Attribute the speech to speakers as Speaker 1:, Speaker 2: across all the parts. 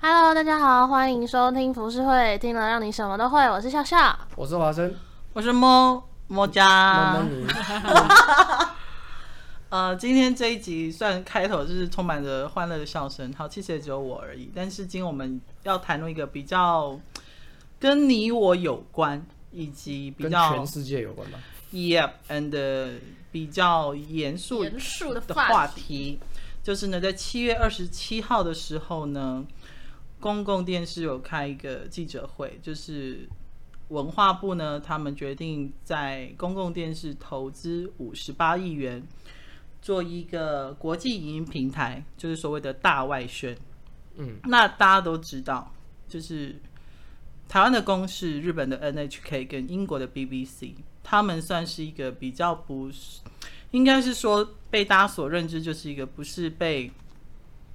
Speaker 1: Hello，大家好，欢迎收听浮世会，听了让你什么都会。我是笑笑，
Speaker 2: 我是华生，
Speaker 3: 我是摸摸
Speaker 2: 猫猫
Speaker 3: 家。
Speaker 2: 你，
Speaker 3: 呃，今天这一集算开头就是充满着欢乐的笑声，好，其实也只有我而已。但是今天我们要谈论一个比较跟你我有关，以及比
Speaker 2: 跟
Speaker 3: 较
Speaker 2: 全世界有关吧？
Speaker 3: yep and 比较严肃
Speaker 1: 严肃的
Speaker 3: 的话题，就是呢，在七月二十七号的时候呢，公共电视有开一个记者会，就是文化部呢，他们决定在公共电视投资五十八亿元，做一个国际影音平台，就是所谓的大外宣。
Speaker 2: 嗯，
Speaker 3: 那大家都知道，就是台湾的公视、日本的 NHK 跟英国的 BBC，他们算是一个比较不是，应该是说被大家所认知，就是一个不是被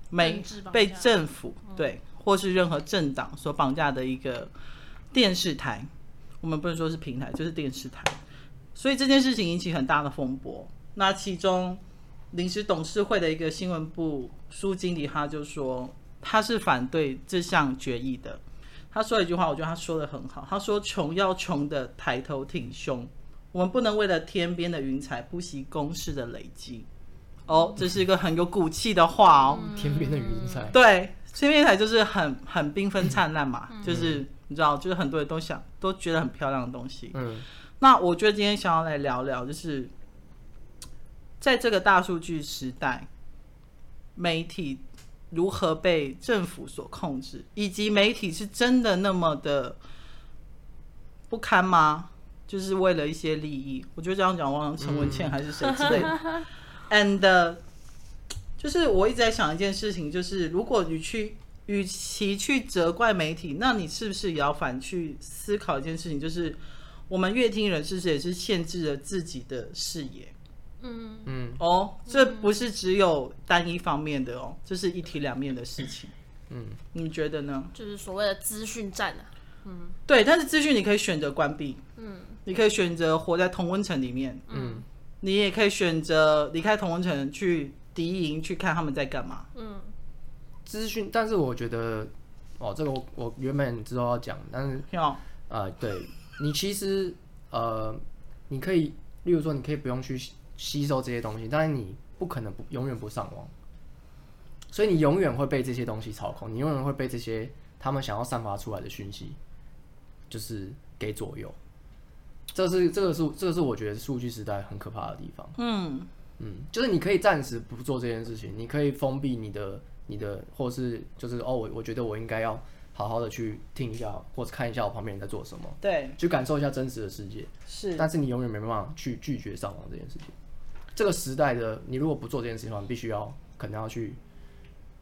Speaker 3: 美
Speaker 1: 政治绑架嗯
Speaker 3: 被政府对或是任何政党所绑架的一个电视台。我们不能说是平台，就是电视台。所以这件事情引起很大的风波。那其中临时董事会的一个新闻部苏经理他就说，他是反对这项决议的。他说了一句话，我觉得他说的很好。他说：“穷要穷的抬头挺胸，我们不能为了天边的云彩不惜公式的累积。”哦，这是一个很有骨气的话哦。
Speaker 2: 天边的云彩，
Speaker 3: 对，千面台就是很很缤纷灿烂嘛，就是你知道，就是很多人都想都觉得很漂亮的东西。
Speaker 2: 嗯，
Speaker 3: 那我觉得今天想要来聊聊，就是在这个大数据时代，媒体如何被政府所控制，以及媒体是真的那么的不堪吗？就是为了一些利益，我觉得这样讲，忘了陈文茜还是谁之类的。And 呃就是我一直在想一件事情，就是如果你去，与其去责怪媒体，那你是不是也要反去思考一件事情，就是我们乐听人是不是也是限制了自己的视野？
Speaker 1: 嗯，
Speaker 2: 嗯
Speaker 3: 哦，这不是只有单一方面的哦，这是一体两面的事情。
Speaker 2: 嗯，
Speaker 3: 你们觉得呢？
Speaker 1: 就是所谓的资讯站啊。
Speaker 3: 对，但是资讯你可以选择关闭，
Speaker 1: 嗯
Speaker 3: 你可以选择活在同温层里面，
Speaker 2: 嗯
Speaker 3: 你也可以选择离开同温层去敌营去看他们在干嘛。
Speaker 1: 嗯
Speaker 2: 资讯，但是我觉得，哦，这个我我原本知道要讲，但是
Speaker 3: 要
Speaker 2: 呃，对你其实呃，你可以，例如说，你可以不用去吸吸收这些东西，但是你不可能不永远不上网，所以你永远会被这些东西操控，你永远会被这些他们想要散发出来的讯息，就是给左右。这是这个是这个是我觉得数据时代很可怕的地方。
Speaker 3: 嗯，
Speaker 2: 嗯，就是你可以暂时不做这件事情，你可以封闭你的、你的，或是就是哦，我我觉得我应该要好好的去听一下，或者看一下我旁边人在做什么，
Speaker 3: 对，
Speaker 2: 去感受一下真实的世界。
Speaker 3: 是
Speaker 2: 但是你永远没办法去拒绝上网这件事情。这个时代的你，如果不做这件事情的话，你必须要可能要去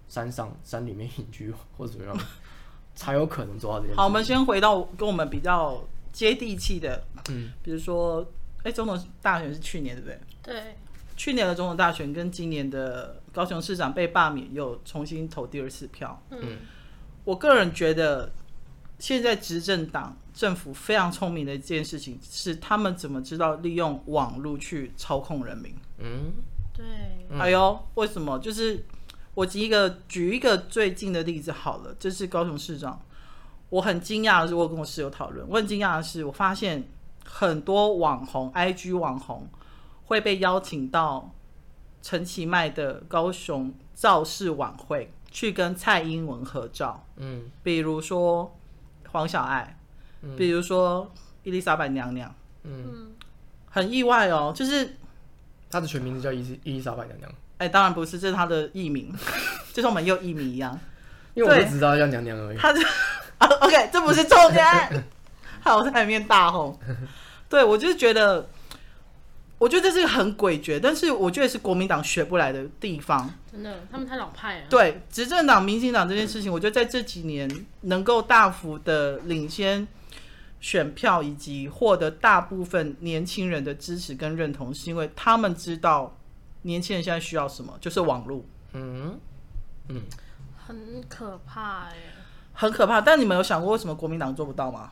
Speaker 2: 山上山里面隐居或者怎么样， 才有可能做到这件事。
Speaker 3: 好，我们先回到跟我们比较接地气的，嗯，比如说，哎，总统大选是去年对不对？
Speaker 1: 对，
Speaker 3: 去年的总统大选跟今年的高雄市长被罢免，又重新投第二次票。
Speaker 2: 嗯，
Speaker 3: 我个人觉得，现在执政党政府非常聪明的一件事情是，他们怎么知道利用网络去操控人民？
Speaker 2: 嗯
Speaker 1: 对，
Speaker 3: 哎呦，为什么？就是我举一个举一个最近的例子好了，这是高雄市长。我很惊讶的是，我有跟我室友讨论，我很惊讶的是，我发现很多网红、IG 网红会被邀请到陈其迈的高雄造势晚会去跟蔡英文合照，
Speaker 2: 嗯
Speaker 3: 比如说黄小爱，比如说伊丽莎白娘娘，
Speaker 2: 嗯，
Speaker 1: 嗯，
Speaker 3: 很意外哦，就是
Speaker 2: 他的全名字叫伊斯伊丽莎白娘娘，
Speaker 3: 哎，当然不是，这是他的艺名， 就像我们又艺名一样。
Speaker 2: 因为我
Speaker 3: 对
Speaker 2: 就知道她叫娘娘而已。
Speaker 3: 他就啊，OK，这不 是重点。好，我在里面大吼。对，我就是觉得，我觉得这是个很诡谲，但是我觉得是国民党学不来的地方。
Speaker 1: 嗯真的，他们太老派了。
Speaker 3: 对，执政党、民进党这件事情，我觉得在这几年能够大幅的领先选票，以及获得大部分年轻人的支持跟认同，是因为他们知道年轻人现在需要什么，就是网络。
Speaker 2: 嗯嗯，
Speaker 1: 很可怕哎、
Speaker 3: 很可怕。但你们有想过为什么国民党做不到吗？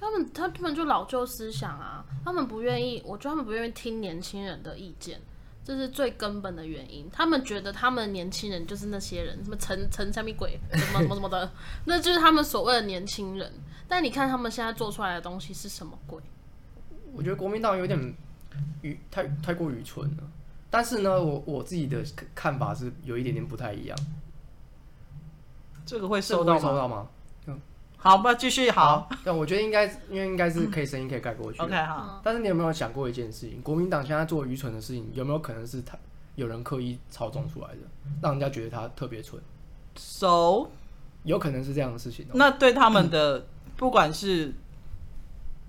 Speaker 1: 他们他他们就老旧思想啊，他们不愿意，我觉得他们不愿意听年轻人的意见，这是最根本的原因。他们觉得他们年轻人就是那些人，什么陈陈什么鬼，什么什么什么的， 那就是他们所谓的年轻人。但你看他们现在做出来的东西是什么鬼？
Speaker 2: 我觉得国民党有点愚，太太过愚蠢了。但是呢，我我自己的看法是有一点点不太一样。
Speaker 3: 这个会
Speaker 2: 这
Speaker 3: 收
Speaker 2: 个
Speaker 3: 到
Speaker 2: 会收
Speaker 3: 吗？
Speaker 2: 到吗？
Speaker 3: 好吧，继续好。
Speaker 2: 但我觉得应该，因为应该是可以声音可以盖过去的。
Speaker 3: OK，好，
Speaker 2: 但是你有没有想过一件事情？国民党现在做愚蠢的事情，有没有可能是他有人刻意操纵出来的，让人家觉得他特别蠢？
Speaker 3: 熟、
Speaker 2: 有可能是这样的事情哦、
Speaker 3: 那对他们的、不管是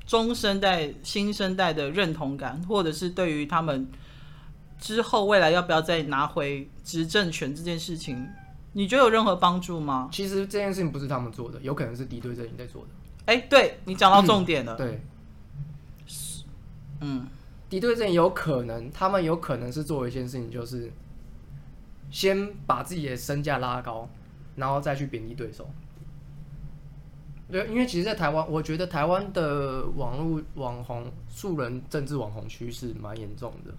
Speaker 3: 中生代、新生代的认同感，或者是对于他们之后未来要不要再拿回执政权这件事情，你觉得有任何帮助吗？
Speaker 2: 其实这件事情不是他们做的，有可能是敌对阵营在做的。
Speaker 3: 哎、对你讲到重点了，
Speaker 2: 对，
Speaker 3: 嗯，
Speaker 2: 敌对阵营有可能，他们有可能是做一件事情，就是先把自己的身价拉高，然后再去贬低对手。对，因为其实，在台湾，我觉得台湾的网络网红、素人政治网红趋势蛮严重的。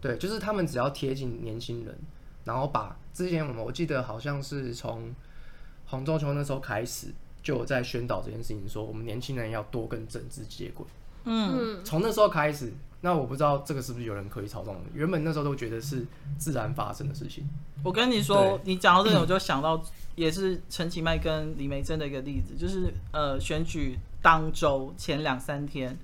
Speaker 2: 对，就是他们只要贴近年轻人，然后把之前我们我记得好像是从洪仲秋那时候开始，就有在宣导这件事情说我们年轻人要多跟政治接轨。
Speaker 1: 嗯，
Speaker 2: 从那时候开始，那我不知道这个是不是有人可以操纵的。原本那时候都觉得是自然发生的事情，
Speaker 3: 我跟你说，你讲到这个，我就想到 也是陈其迈跟李梅珍的一个例子，就是呃选举当周前两三天，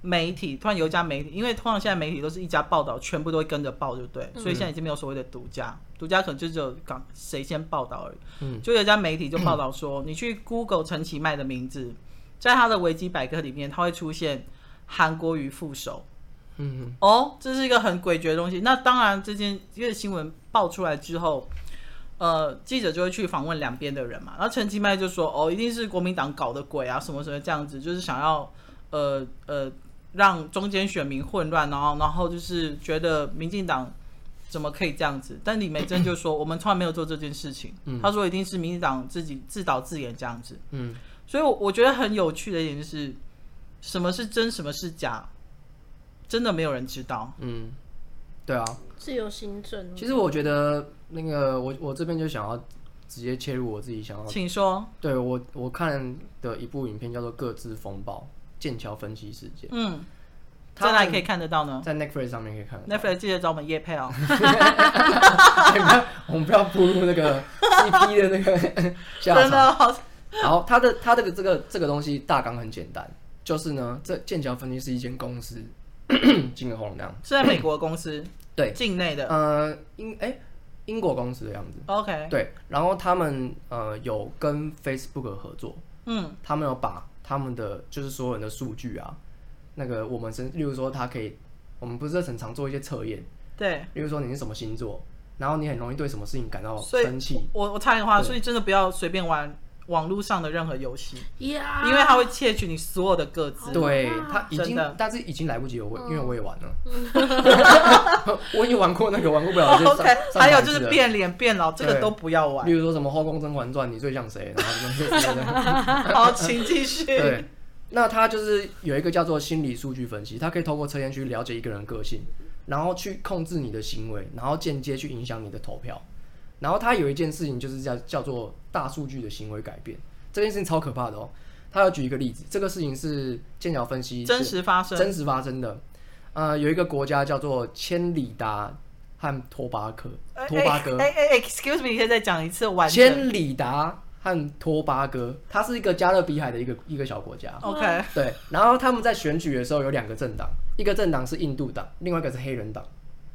Speaker 3: 媒体突然有一家媒体，因为通常现在媒体都是一家报道，全部都会跟着报，就对，所以现在已经没有所谓的独家，独家可能就只有港谁先报道而已。
Speaker 2: 嗯，
Speaker 3: 就有一家媒体就报道说，你去 Google 陈其迈的名字，在他的维基百科里面，他会出现韩国瑜副手。
Speaker 2: 嗯，
Speaker 3: 哦，这是一个很诡谲的东西。那当然，这件这个新闻爆出来之后，呃，记者就会去访问两边的人嘛。然后陈其迈就说：“哦，一定是国民党搞的鬼啊，什么什么这样子，就是想要呃呃让中间选民混乱，然后然后就是觉得民进党怎么可以这样子？”但李梅珍就说：“我们从来没有做这件事情。他说：“一定是民进党自己自导自演这样子。”
Speaker 2: 嗯，
Speaker 3: 所以我我觉得很有趣的一点就是，什么是真，什么是假，真的没有人知道。
Speaker 2: 嗯，对啊。
Speaker 1: 自由行
Speaker 3: 嗯
Speaker 1: 政，
Speaker 2: 其实我觉得那个我我这边就想要直接切入我自己想要
Speaker 3: 请说，
Speaker 2: 对我我看的呃一部影片叫做《各自风暴：剑桥分析事件
Speaker 3: 嗯，
Speaker 2: 他
Speaker 3: 在
Speaker 2: 们
Speaker 3: 哪里可以看得到呢》，
Speaker 2: 在 Netflix 上面可以看得到。
Speaker 3: ？Netflix 记得找我们叶配哦。
Speaker 2: 我们不要步入那个 CP 的那个 下场
Speaker 3: 真。的哦好，
Speaker 2: 然后它的它这个这个这个东西大纲很简单，就是呢，这剑桥分析是一间公司， 金额洪亮。
Speaker 3: 是在美国公司，
Speaker 2: 对，
Speaker 3: 境内的。
Speaker 2: 呃，英哎、英国公司的样子。
Speaker 3: OK，
Speaker 2: 对，然后他们呃有跟 Facebook 合作，
Speaker 3: 嗯，
Speaker 2: 他们有把他们的就是所有人的数据啊，那个我们身，例如说他可以，我们不是很常做一些测验，
Speaker 3: 对，
Speaker 2: 例如说你是什么星座，然后你很容易对什么事情感到
Speaker 3: 所以
Speaker 2: 生气，
Speaker 3: 我我插一个话，
Speaker 2: 对
Speaker 3: 所以真的不要随便玩网络上的任何游戏，
Speaker 1: 呀，
Speaker 3: 因为它会窃取你所有的啊嗯个
Speaker 1: 好
Speaker 3: 资。
Speaker 2: 对
Speaker 1: 可怕
Speaker 2: 他已
Speaker 3: 哦真
Speaker 2: 经
Speaker 3: 的，
Speaker 2: 但是已经来不及了，我因为我也玩了，
Speaker 3: 嗯
Speaker 2: 我已经玩过那个玩过不了，就上
Speaker 3: OK，
Speaker 2: 上
Speaker 3: 还有
Speaker 2: 百
Speaker 3: 就
Speaker 2: 次
Speaker 3: 是
Speaker 2: 了
Speaker 3: 变脸变老，这个
Speaker 2: 对
Speaker 3: 都不要玩
Speaker 2: 例。如说什么《后宫甄嬛传》，你最像谁？然后什么之类的。
Speaker 3: 好，请继续。
Speaker 2: 对，那他就是有一个叫做心理数据分析，他可以透过测验去了解一个人的个性，然后去控制你的行为，然后间接去影响你的投票。然后他有一件事情就是叫叫做大数据的行为改变，这件事情超可怕的哦。他要举一个例子，这个事情是剑桥分析
Speaker 3: 真实发生。
Speaker 2: 真实发生的。呃，有一个国家叫做千里达和托巴克，
Speaker 3: 哎
Speaker 2: 托巴哥。
Speaker 3: 哎哎哎，excuse me，你可以再讲一次完整。
Speaker 2: 千里达和托巴哥，它是一个加勒比海的一个一个小国家。
Speaker 3: OK，
Speaker 2: 对， 然后他们在选举的时候有两个政党，一个政党是印度党，另外一个是黑人党。
Speaker 3: 嗯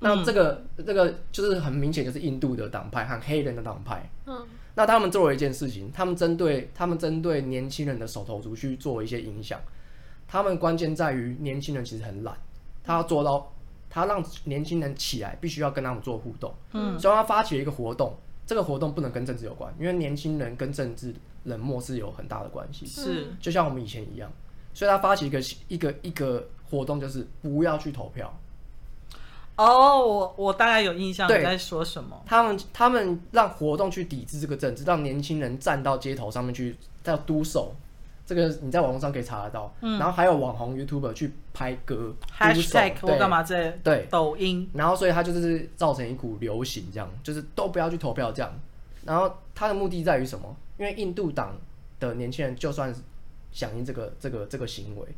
Speaker 2: 那这个、这个就是很明显就是印度的党派和黑人的党派。
Speaker 1: 嗯
Speaker 2: 那他们做了一件事情，他们针对他们针对年轻人的手头族去做一些影响。他们关键在于年轻人其实很懒，他要做到他让年轻人起来，必须要跟他们做互动。
Speaker 1: 嗯，
Speaker 2: 所以他发起了一个活动，这个活动不能跟政治有关，因为年轻人跟政治冷漠是有很大的关系。
Speaker 3: 是
Speaker 2: 就像我们以前一样，所以他发起一个一个一个活动，就是不要去投票。
Speaker 3: 哦，我我大概有印象
Speaker 2: 对
Speaker 3: 你在说什么。
Speaker 2: 他们他们让活动去抵制这个政治，让年轻人站到街头上面去，叫 do so，这个你在网络上可以查得到。
Speaker 3: 嗯
Speaker 2: 然后还有网红 YouTuber 去拍歌鼓手
Speaker 3: Hashtag 我
Speaker 2: 对
Speaker 3: 干嘛这？
Speaker 2: 对，
Speaker 3: 抖音
Speaker 2: 然后所以它就是造成一股流行，这样就是都不要去投票这样。然后它的目的在于什么？因为印度党的年轻人就算响应这个这个这个行为，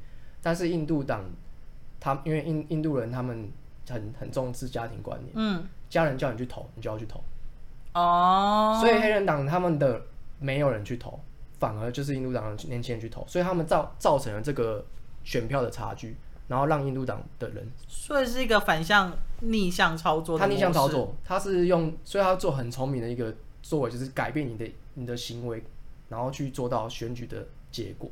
Speaker 2: 但是印度党他因为印印度人他们很很重视家庭观念，嗯，家人叫你去投，你就要去投。
Speaker 3: 哦，
Speaker 2: 所以黑人党他们的没有人去投，反而就是印度党的年轻人去投，所以他们造造成了这个选票的差距，然后让印度党的人
Speaker 3: 所以是一个反向逆向操作的
Speaker 2: 他逆向
Speaker 3: 模式
Speaker 2: 操，作，他是用，所以他做很聪明的一个作为，就是改变你的你的行为，然后去做到选举的结果。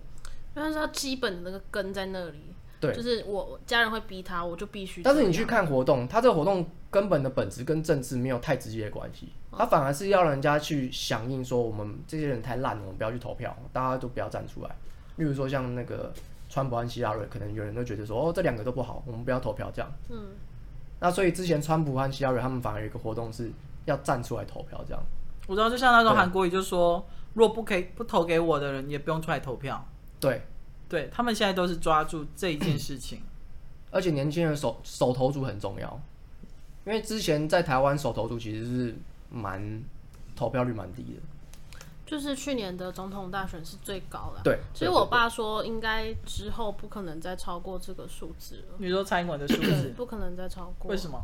Speaker 1: 因为他基本的那个根在那里，
Speaker 2: 对，
Speaker 1: 就是我我家人会逼他，我就必须这
Speaker 2: 但
Speaker 1: 样。
Speaker 2: 是你去看活动，他这个活动根本的本质跟政治没有太直接的关系，
Speaker 1: 哦
Speaker 2: 他反而是要人家去响应说我们这些人太烂了，我们不要去投票，大家都不要站出来。例如说像那个川普和希拉瑞，可能有人都觉得说哦这两个都不好，我们不要投票这样。
Speaker 1: 嗯，
Speaker 2: 那所以之前川普和希拉瑞他们反而有一个活动是要站出来投票这样。
Speaker 3: 我知道，就像那种
Speaker 2: 对
Speaker 3: 韩国语就说，如果不给不投给我的人，也不用出来投票。
Speaker 2: 对，
Speaker 3: 对他们现在都是抓住这一件事情，
Speaker 2: 而且年轻人手手头族很重要，因为之前在台湾手头族其实是蛮投票率蛮低的，
Speaker 1: 就是去年的总统大选是最高的啊。
Speaker 2: 对，
Speaker 1: 其实我爸说，应该之后不可能再超过这个数字
Speaker 2: 嗯
Speaker 1: 了，
Speaker 3: 你说蔡英文的数 字，
Speaker 1: 不可能再超过
Speaker 3: 为。什么？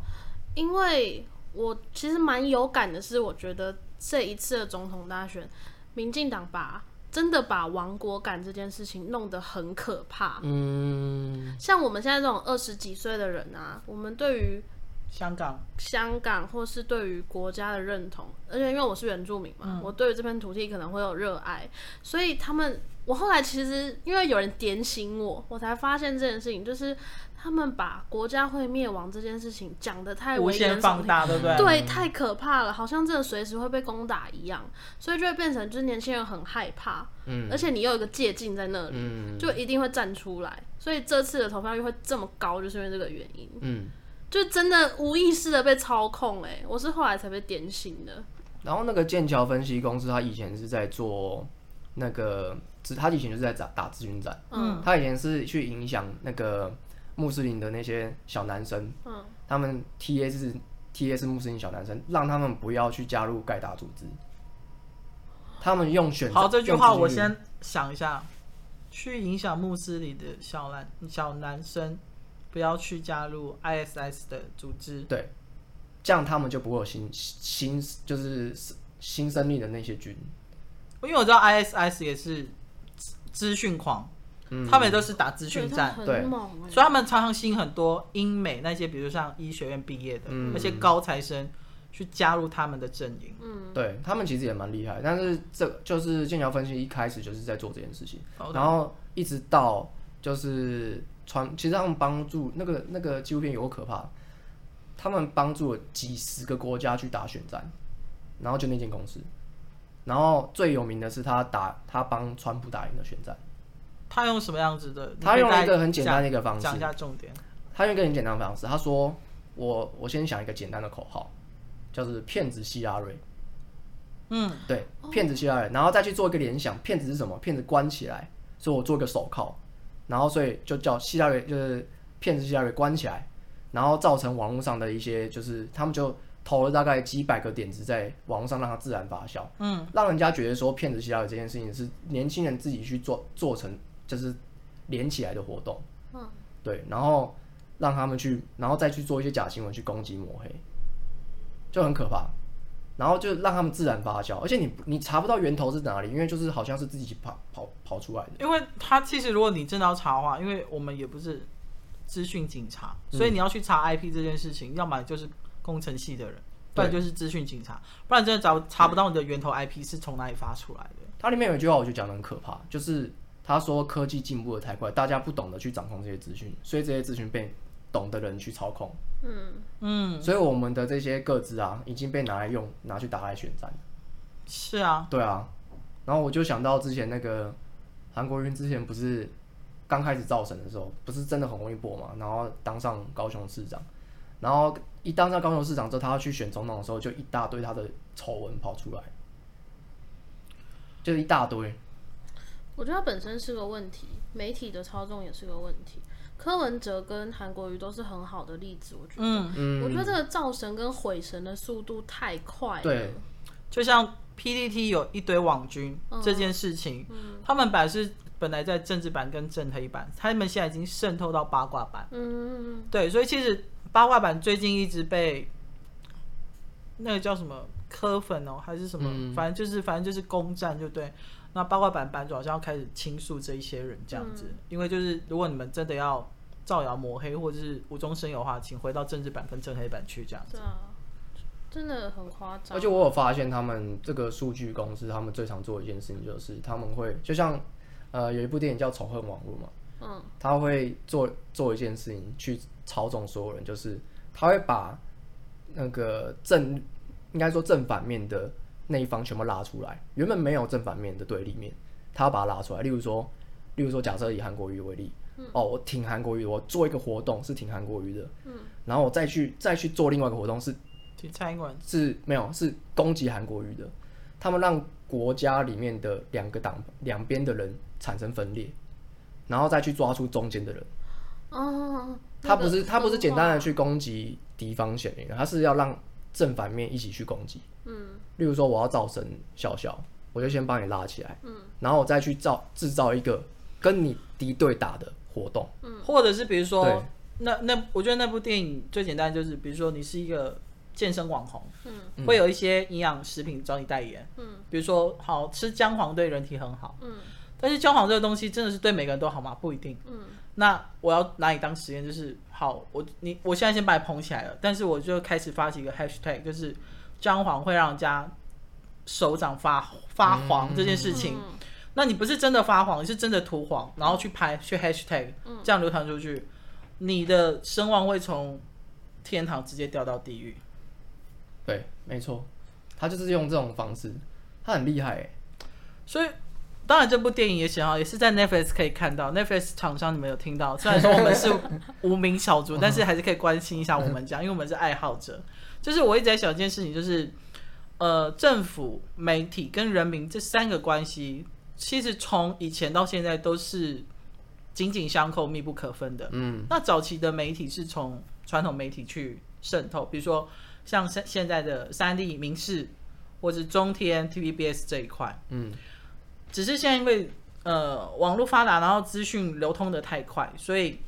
Speaker 1: 因为我其实蛮有感的是，我觉得这一次的总统大选，民进党把真的把亡国感这件事情弄得很可怕。
Speaker 2: 嗯，
Speaker 1: 像我们现在这种二十几岁的人啊，我们对于
Speaker 3: 香港
Speaker 1: 香港或是对于国家的认同，而且因为我是原住民嘛，我对于这片土地可能会有热爱，所以他们，我后来其实因为有人点醒我，我才发现这件事情，就是他们把国家会灭亡这件事情讲得太
Speaker 3: 无
Speaker 1: 危言
Speaker 3: 限
Speaker 1: 耸
Speaker 3: 放
Speaker 1: 听。
Speaker 3: 大，对不对？
Speaker 1: 对，太可怕了，好像真的随时会被攻打一样，所以就会变成就是年轻人很害怕，
Speaker 2: 嗯
Speaker 1: 而且你又有一个借镜在那里，
Speaker 2: 嗯
Speaker 1: 就一定会站出来，所以这次的投票率会这么高，就是因为这个原因。
Speaker 2: 嗯，
Speaker 1: 就真的无意识的被操控哎、我是后来才被点醒的。
Speaker 2: 然后那个剑桥分析公司，他以前是在做那个，他以前就是在打打咨询战，
Speaker 1: 嗯，
Speaker 2: 他以前是去影响那个穆斯林的那些小男生，
Speaker 1: 嗯，
Speaker 2: 他们 TA 是 TA 是穆斯林小男生，让他们不要去加入盖达组织，他们用选择
Speaker 3: 好，这句话
Speaker 2: 用
Speaker 3: 我
Speaker 2: 自己
Speaker 3: 先想一下，去影响穆斯林的小男小男生，不要去加入 ISS 的组织。
Speaker 2: 对，这样他们就不会有新新就是新生力的那些军。
Speaker 3: 因为我知道 ISS 也是资资讯狂，
Speaker 2: 嗯
Speaker 3: 他们也都是打资讯
Speaker 1: 对
Speaker 3: 战，
Speaker 1: 他
Speaker 2: 对
Speaker 1: 很猛哎、
Speaker 3: 所以他们常常吸引很多英美那些，比如像医学院毕业的、
Speaker 2: 嗯
Speaker 3: 那些高材生，去加入他们的阵营。
Speaker 2: 对他们其实也蛮厉害，但是这就是剑桥分析一开始就是在做这件事情，
Speaker 3: 好的
Speaker 2: 然后一直到就是川，其实他们帮助那个那个纪录片有够可怕，他们帮助了几十个国家去打选战，然后就那间公司，然后最有名的是他打他帮川普打赢了选战，
Speaker 3: 他用什么样子的？
Speaker 2: 他用
Speaker 3: 呃你可以
Speaker 2: 一个很简单的一个
Speaker 3: 再
Speaker 2: 方式
Speaker 3: 讲一，下重点。
Speaker 2: 他用一个很简单的方式，他说：“我我先想一个简单的口号，叫做‘骗子希拉瑞’。
Speaker 3: 嗯，
Speaker 2: 对，骗子希拉瑞，然后再去做一个联想，骗子是什么？骗子关起来，所以我做一个手铐，然后所以就叫希拉瑞，就是骗子希拉瑞关起来，然后造成网络上的一些，就是他们就投了大概几百个点子在网络上，让它自然发酵，嗯，让人家觉得说骗子希拉瑞这件事情是年轻人自己去做做成，就是连起来的活动，
Speaker 1: 嗯，
Speaker 2: 对，然后让他们去，然后再去做一些假新闻去攻击抹黑，就很可怕。然后就让他们自然发酵，而且你你查不到源头是哪里，因为就是好像是自己跑跑跑出来的。
Speaker 3: 因为他其实如果你真的要查的话，因为我们也不是资讯警察，所以
Speaker 2: 嗯
Speaker 3: 你要去查 IP 这件事情，要么就是工程系的人，不然就是资讯警察，不然真的找查不到你的源头 IP 是从哪里发出来的。
Speaker 2: 它里面有一句话我就讲的很可怕，就是他说科技进步的太快，大家不懂得去掌控这些资讯，所以这些资讯被懂的人去操控。
Speaker 1: 嗯，
Speaker 3: 嗯，
Speaker 2: 所以我们的这些个资啊，已经被拿来用，拿去打来选战。
Speaker 3: 是啊，
Speaker 2: 对啊，然后我就想到之前那个韩国瑜之前不是刚开始造神的时候，不是真的很容易播嘛，然后当上高雄市长，然后一当上高雄市长之后，他要去选总统的时候，就一大堆他的丑闻跑出来，就一大堆。
Speaker 1: 我觉得它本身是个问题，媒体的操纵也是个问题。柯文哲跟韩国瑜都是很好的例子，我觉得。
Speaker 3: 嗯，
Speaker 2: 嗯，
Speaker 1: 我觉得这个造神跟毁神的速度太快了。
Speaker 2: 对，
Speaker 3: 就像 PDT 有一堆网军、这件事情，他们本来是本来在政治版跟正黑版，他们现在已经渗透到八卦版。
Speaker 1: 嗯，
Speaker 3: 对，所以其实八卦版最近一直被那个叫什么科粉哦，还是什么，
Speaker 2: 嗯
Speaker 3: 反正就是反正就是攻占，就对。那八卦版版主好像要开始倾诉这一些人这样子，因为就是如果你们真的要造谣抹黑或者是无中生有的话，请回到政治版跟正黑版去这样。
Speaker 1: 对啊，真的很夸张。
Speaker 2: 而且我有发现，他们这个数据公司，他们最常做的一件事情就是，他们会就像呃有一部电影叫《仇恨网络》嘛，嗯，他会做做一件事情去操纵所有人，就是他会把那个正应该说正反面的那一方全部拉出来，原本没有正反面的对立面，他要把它拉出来。例如说，例如说，假设以韩国瑜为例，哦，我挺韩国瑜的，我做一个活动是挺韩国瑜的，嗯，然后我再去再去做另外一个活动是。
Speaker 3: 挺蔡英文
Speaker 2: 是没有是攻击韩国瑜的，他们让国家里面的两个党两边的人产生分裂，然后再去抓出中间的人。
Speaker 1: 哦，
Speaker 2: 他不
Speaker 1: 那
Speaker 2: 是
Speaker 1: 个
Speaker 2: 他不是简单
Speaker 1: 分
Speaker 2: 的去攻击敌方选民，他是要让正反面一起去攻击。嗯，例如说我要造神笑笑，我就先帮你拉起来，嗯，然后我再去造制造一个跟你敌对打的活动。
Speaker 3: 或者是比如
Speaker 2: 对
Speaker 3: 说，那那我觉得那部电影最简单就是，比如说你是一个健身网红，嗯，会有一些营养食品找你代言，嗯，比如说好吃姜黄对人体很好，嗯，但是姜黄这个东西真的是对每个人都好吗？不一定，嗯，那我要拿你当实验，就是好，我你我现在先把你捧起来了，但是我就开始发起一个 hashtag，就是姜黄会让人家手掌发发黄这件事情。
Speaker 1: 化
Speaker 3: 那你不是真的发黄，你是真的涂黄，然后去拍去 hashtag，这样流传出去，你的声望会从天堂直接掉到地狱。
Speaker 2: 对，没错，他就是用这种方式，他很厉害欸。
Speaker 3: 所以，当然这部电影也想要，也是在 Netflix 可以看到，Netflix 厂商你们有听到，虽然说我们是无名小卒，但是还是可以关心一下我们这样，因为我们是爱好者。就是我一直在想一件事情，就是呃，政府、媒体跟人民这三个关系，其实从以前到现在都是紧紧相扣、密不可分的。嗯，那早期的媒体是从传统媒体去渗透，比如说像现现在的三立、民视，或是中天、TVBS 这一块。
Speaker 2: 嗯
Speaker 3: 只是现在因为呃网络发达，然后资讯流通的太快，所以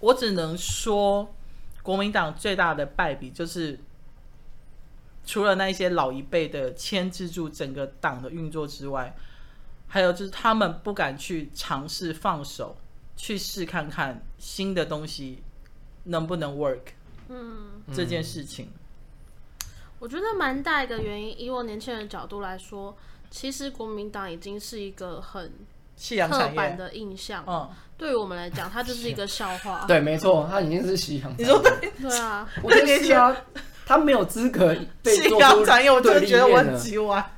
Speaker 3: 我只能说，国民党最大的败笔就是除了那一些老一辈的牵制住整个党的运作之外，还有就是他们不敢去尝试放手，去试看看新的东西能不能 work
Speaker 1: 嗯，
Speaker 3: 这件事情。
Speaker 1: 我觉得蛮大一个原因，以我年轻人的角度来说，其实国民党已经是一个很
Speaker 3: 夕阳
Speaker 1: 刻
Speaker 3: 产
Speaker 1: 板
Speaker 3: 业，
Speaker 1: 的印象，
Speaker 2: 哦
Speaker 3: 嗯，
Speaker 1: 对于我们来讲，它就是一个笑 话。
Speaker 2: 对，没错，他已经是夕阳。
Speaker 3: 你说对，
Speaker 1: 对啊，
Speaker 2: 我觉得是啊，他没有资格被
Speaker 3: 夕
Speaker 2: 做
Speaker 3: 阳
Speaker 2: 出
Speaker 3: 产业，我真
Speaker 2: 对
Speaker 3: 的
Speaker 2: 立
Speaker 3: 觉得我
Speaker 2: 面
Speaker 3: 很
Speaker 2: 了。
Speaker 3: 急歪。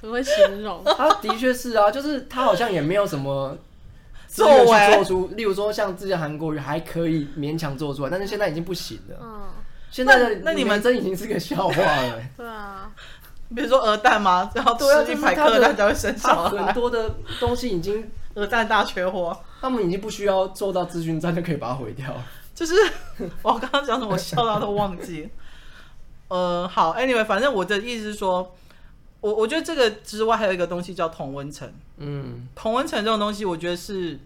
Speaker 1: 很会形容。
Speaker 2: 他的确是啊，就是他好像也没有什么
Speaker 3: 作
Speaker 2: 资格去
Speaker 3: 为
Speaker 2: 做出，例如说像之前韩国瑜还可以勉强做出来，但是现在已经不行了。
Speaker 1: 嗯，
Speaker 2: 现在的
Speaker 3: 那那你们
Speaker 2: 真已经是个笑话 了。
Speaker 1: 对啊，
Speaker 3: 比如说鹅蛋吗？然后
Speaker 2: 对啊
Speaker 3: 吃一
Speaker 2: 就是
Speaker 3: 排
Speaker 2: 它的
Speaker 3: 颗蛋才会生小
Speaker 2: 他很
Speaker 3: 孩，
Speaker 2: 多的东西已经，
Speaker 3: 鹅蛋大缺货。
Speaker 2: 他们已经不需要做到资讯站就可以把它毁掉了。
Speaker 3: 就是 我刚刚讲什么，我笑到都忘记。呃，好，anyway，反正我的意思是说，我我觉得这个之外还有一个东西叫同温层。
Speaker 2: 嗯，
Speaker 3: 同温层这种东西，我觉得是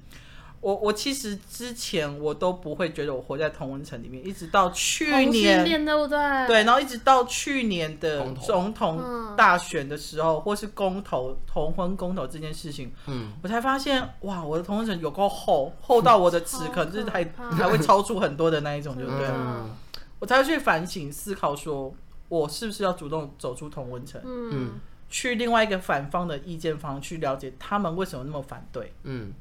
Speaker 3: 我我其实之前我都不会觉得我活在同温层里面，一直到去
Speaker 1: 同
Speaker 3: 年
Speaker 1: 性恋对不对？
Speaker 3: 对，然后一直到去年的
Speaker 2: 公投
Speaker 3: 总
Speaker 1: 嗯
Speaker 3: 统大选的时候，或是公投同婚公投这件事情，
Speaker 2: 嗯，
Speaker 3: 我才发现哇，我的同温层有够厚，厚到我的尺可能就是还
Speaker 1: 超可怕
Speaker 3: 还会超出很多的那一种，
Speaker 1: 真
Speaker 3: 对
Speaker 1: 的，
Speaker 3: 不对？啊
Speaker 2: 嗯
Speaker 3: 我才会去反省思考说。我是不是要主动走出同温层，
Speaker 1: 嗯，
Speaker 3: 去另外一个反方的意见方去了解他们为什么那么反对？
Speaker 2: 嗯，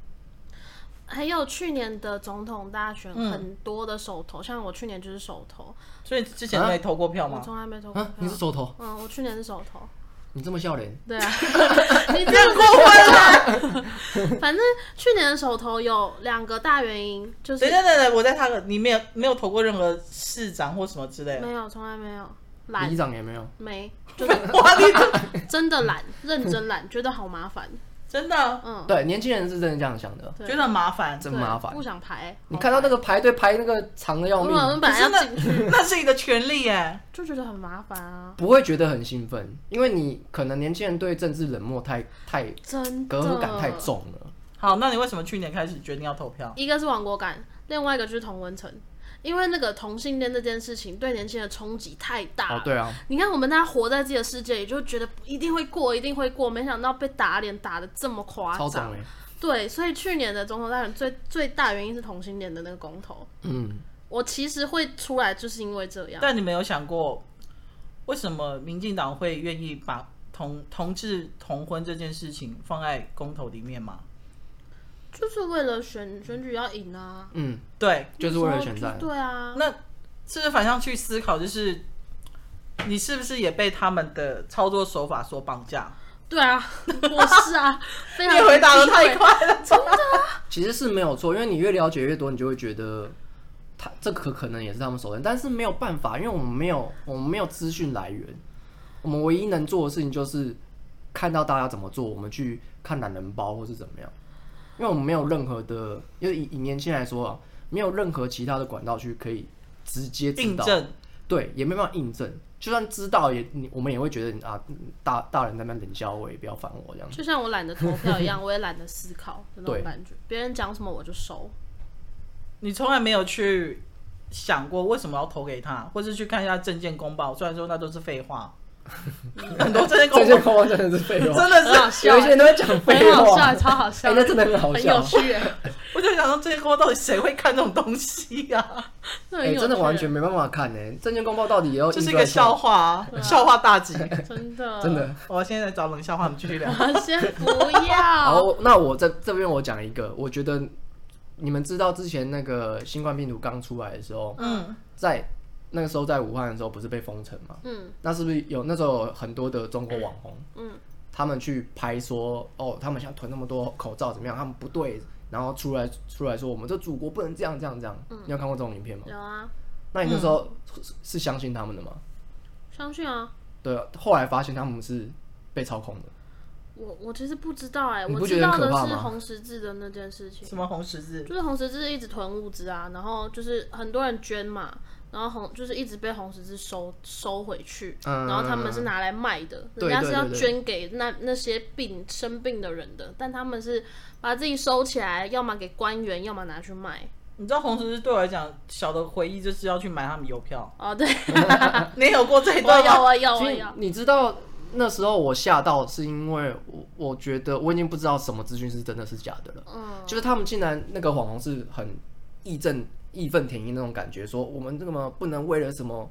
Speaker 1: 还有去年的总统大选，
Speaker 3: 嗯
Speaker 1: 很多的手头，像我去年就是手头，
Speaker 3: 所以之前没投过票
Speaker 1: 我
Speaker 3: 吗？
Speaker 1: 从来没投过
Speaker 2: 啊
Speaker 1: 票，。
Speaker 2: 你是手头，
Speaker 1: 嗯，我去年是手头。
Speaker 2: 你这么笑脸，
Speaker 1: 对啊，你这样过 分了。反正去年的手头有两个大原因，就是
Speaker 3: 等一下等等，我在他的你没有没有投过任何市长或什么之类的。
Speaker 1: 没有，从来没有懒
Speaker 2: 里，长也没有。
Speaker 1: 没，就是
Speaker 3: 哇，你这
Speaker 1: 真的懒，认真懒，觉得好麻烦。
Speaker 3: 真的
Speaker 1: 嗯，
Speaker 2: 对，年轻人是真的这样想的，
Speaker 1: 对
Speaker 3: 觉得麻烦。
Speaker 2: 真麻烦
Speaker 1: 对不想排。
Speaker 2: 你看到那个排队排那个长的要
Speaker 1: 我
Speaker 2: 命，
Speaker 1: 们本来要进去，
Speaker 3: 那是你的权利耶。
Speaker 1: 就觉得很麻烦啊，
Speaker 2: 不会觉得很兴奋，因为你可能年轻人对政治冷漠太太
Speaker 1: 真的
Speaker 2: 隔阂感太。重了。
Speaker 3: 好，那你为什么去年开始决定要投票？
Speaker 1: 一个是亡国感，另外一个就是同温层，因为那个同性恋这件事情对年轻人的冲击太大了。
Speaker 2: 哦，对啊，
Speaker 1: 你看，我们大家活在自己的世界里，就觉得一定会过，一定会过。没想到被打脸打的这么夸
Speaker 2: 超
Speaker 1: 张
Speaker 2: 长，哎，
Speaker 1: 对，所以去年的总统大选最最大原因是同性恋的那个公投。
Speaker 2: 嗯，
Speaker 1: 我其实会出来就是因为这样，
Speaker 3: 但你没有想过，为什么民进党会愿意把同同志同婚这件事情放在公投里面吗？
Speaker 1: 就是为了选选举要赢啊，
Speaker 2: 嗯，
Speaker 3: 对，
Speaker 2: 就是为了选战。
Speaker 1: 对啊，
Speaker 3: 那是不是反向去思考，就是你是不是也被他们的操作手法所绑架？
Speaker 1: 对啊， 我是啊，非
Speaker 3: 你
Speaker 1: 常
Speaker 3: 也回答的太
Speaker 1: 有机会。
Speaker 3: 快了，
Speaker 2: 其实是没有错，因为你越了解越多，你就会觉得他这个可能也是他们手段，但是没有办法，因为我们没有我们没有资讯来源，我们唯一能做的事情就是看到大家怎么做，我们去看懒人包或是怎么样，因为我们没有任何的，因为以以年轻人来说啊，没有任何其他的管道去可以直接知
Speaker 3: 印
Speaker 2: 道，
Speaker 3: 证。
Speaker 2: 对，也没办法印证，就算知道也你我们也会觉得啊，大大人在那边冷笑我，也不要烦我这样。
Speaker 1: 就像我懒得投票一样，我也懒得思考的那种
Speaker 2: 对
Speaker 1: 感 觉。别人讲什么我就收，
Speaker 3: 你从来没有去想过为什么要投给他，或是去看一下证件公报，虽然说那都是废 话，很多证
Speaker 2: 这
Speaker 3: 件公
Speaker 2: 些
Speaker 3: 报
Speaker 2: 话真的是废话，
Speaker 3: 真的
Speaker 1: 很好
Speaker 3: 是，
Speaker 1: 笑
Speaker 2: 有一些人都会讲
Speaker 1: 欸，
Speaker 2: 废
Speaker 1: 很好
Speaker 2: 话，
Speaker 1: 笑欸，超好笑
Speaker 2: 哎，
Speaker 1: 欸，
Speaker 2: 那真的很好
Speaker 1: 很
Speaker 2: 笑哎
Speaker 1: 有， 趣欸，
Speaker 3: 我就想说这些公报到底谁会看这种东西呀、啊？
Speaker 1: 那很
Speaker 2: 哎，
Speaker 1: 有
Speaker 2: 真的
Speaker 1: 趣
Speaker 2: 完
Speaker 1: 欸
Speaker 2: 全没办法看呢。证券公报到底也要
Speaker 3: 这
Speaker 2: 印
Speaker 3: 是一
Speaker 2: 出来
Speaker 3: 个笑话、 啊，笑话大集。
Speaker 1: 真的
Speaker 2: 真的。
Speaker 3: 我现在找冷笑话，你继续聊。
Speaker 1: 啊，先不
Speaker 2: 好
Speaker 1: 要。，
Speaker 2: 那我这这边我讲一个，我觉得你们知道之前那个新冠病毒刚出来的时候，
Speaker 3: 嗯，
Speaker 2: 在那个时候在武汉的时候不是被封城吗？
Speaker 1: 嗯，
Speaker 2: 那是不是有那时候有很多的中国网红，
Speaker 1: 嗯，
Speaker 2: 他们去拍说，哦，他们想囤那么多口罩怎么样？他们不对，然后出来出来说，我们这祖国不能这样这样这样。
Speaker 1: 嗯
Speaker 2: 你有看过这种影片吗？
Speaker 1: 有啊，
Speaker 2: 那你那时候是是相信他们的吗？
Speaker 1: 相信啊。
Speaker 2: 对，后来发现他们是被操控的。
Speaker 1: 我我其实不知道哎、
Speaker 2: 你不
Speaker 1: 我
Speaker 2: 觉
Speaker 1: 知
Speaker 2: 得
Speaker 1: 道
Speaker 2: 很
Speaker 1: 的
Speaker 2: 可怕
Speaker 1: 是
Speaker 2: 吗
Speaker 1: 红十字的那件事情，
Speaker 3: 什么红十字？
Speaker 1: 就是红十字一直囤物资啊，然后就是很多人捐嘛，然后红就是一直被红十字收收回去，
Speaker 2: 嗯
Speaker 1: 然后他们是拿来卖的，人
Speaker 2: 对
Speaker 1: 家
Speaker 2: 对
Speaker 1: 是要
Speaker 2: 对对
Speaker 1: 捐给那那些病生病的人的，但他们是把自己收起来，要么给官员，要么拿去卖。
Speaker 3: 你知道红十字对我来讲，小的回忆就是要去买他们邮票。
Speaker 1: 哦， 对，啊
Speaker 3: 你有过这
Speaker 1: 我
Speaker 3: 一段
Speaker 1: 有，
Speaker 3: 吗？
Speaker 1: 我有，
Speaker 2: 其
Speaker 1: 我
Speaker 2: 实
Speaker 1: 有。
Speaker 2: 你知道那时候我吓到，是因为我我觉得我已经不知道什么资讯是真的是假的了。
Speaker 1: 嗯，
Speaker 2: 就是他们竟然那个网红是很义正义愤填膺那种感觉，说我们这个嘛不能为了什么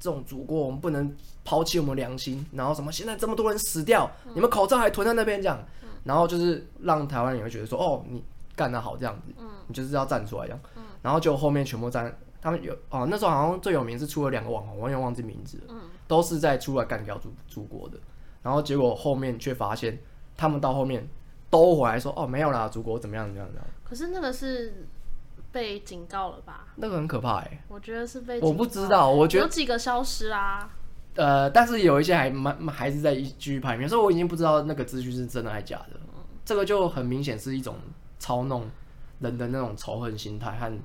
Speaker 2: 这种祖国，我们不能抛弃我们良心，然后什么现在这么多人死掉，
Speaker 1: 嗯
Speaker 2: 你们口罩还囤在那边这样，然后就是让台湾人会觉得说哦你干得好这样子，
Speaker 1: 嗯
Speaker 2: 你就是要站出来这样，然后就后面全部站。他们有哦，那时候好像最有名是出了两个网红，我有点忘记名字了，都是在出来干掉祖祖国的，然后结果后面却发现他们到后面都回来说哦没有啦，祖国怎么样怎么样怎么样，
Speaker 1: 可是那个是被警告了吧？
Speaker 2: 那个很可怕哎、
Speaker 1: 我觉得是被
Speaker 2: 我
Speaker 1: 警
Speaker 2: 不
Speaker 1: 告
Speaker 2: 知道，我觉
Speaker 1: 有
Speaker 2: 得
Speaker 1: 几个消失啊，
Speaker 2: 呃，但是有一些还蛮蛮还是在继续排名，所以我已经不知道那个资讯是真的还假的。这个就很明显是一种操弄人的那种仇恨心态和，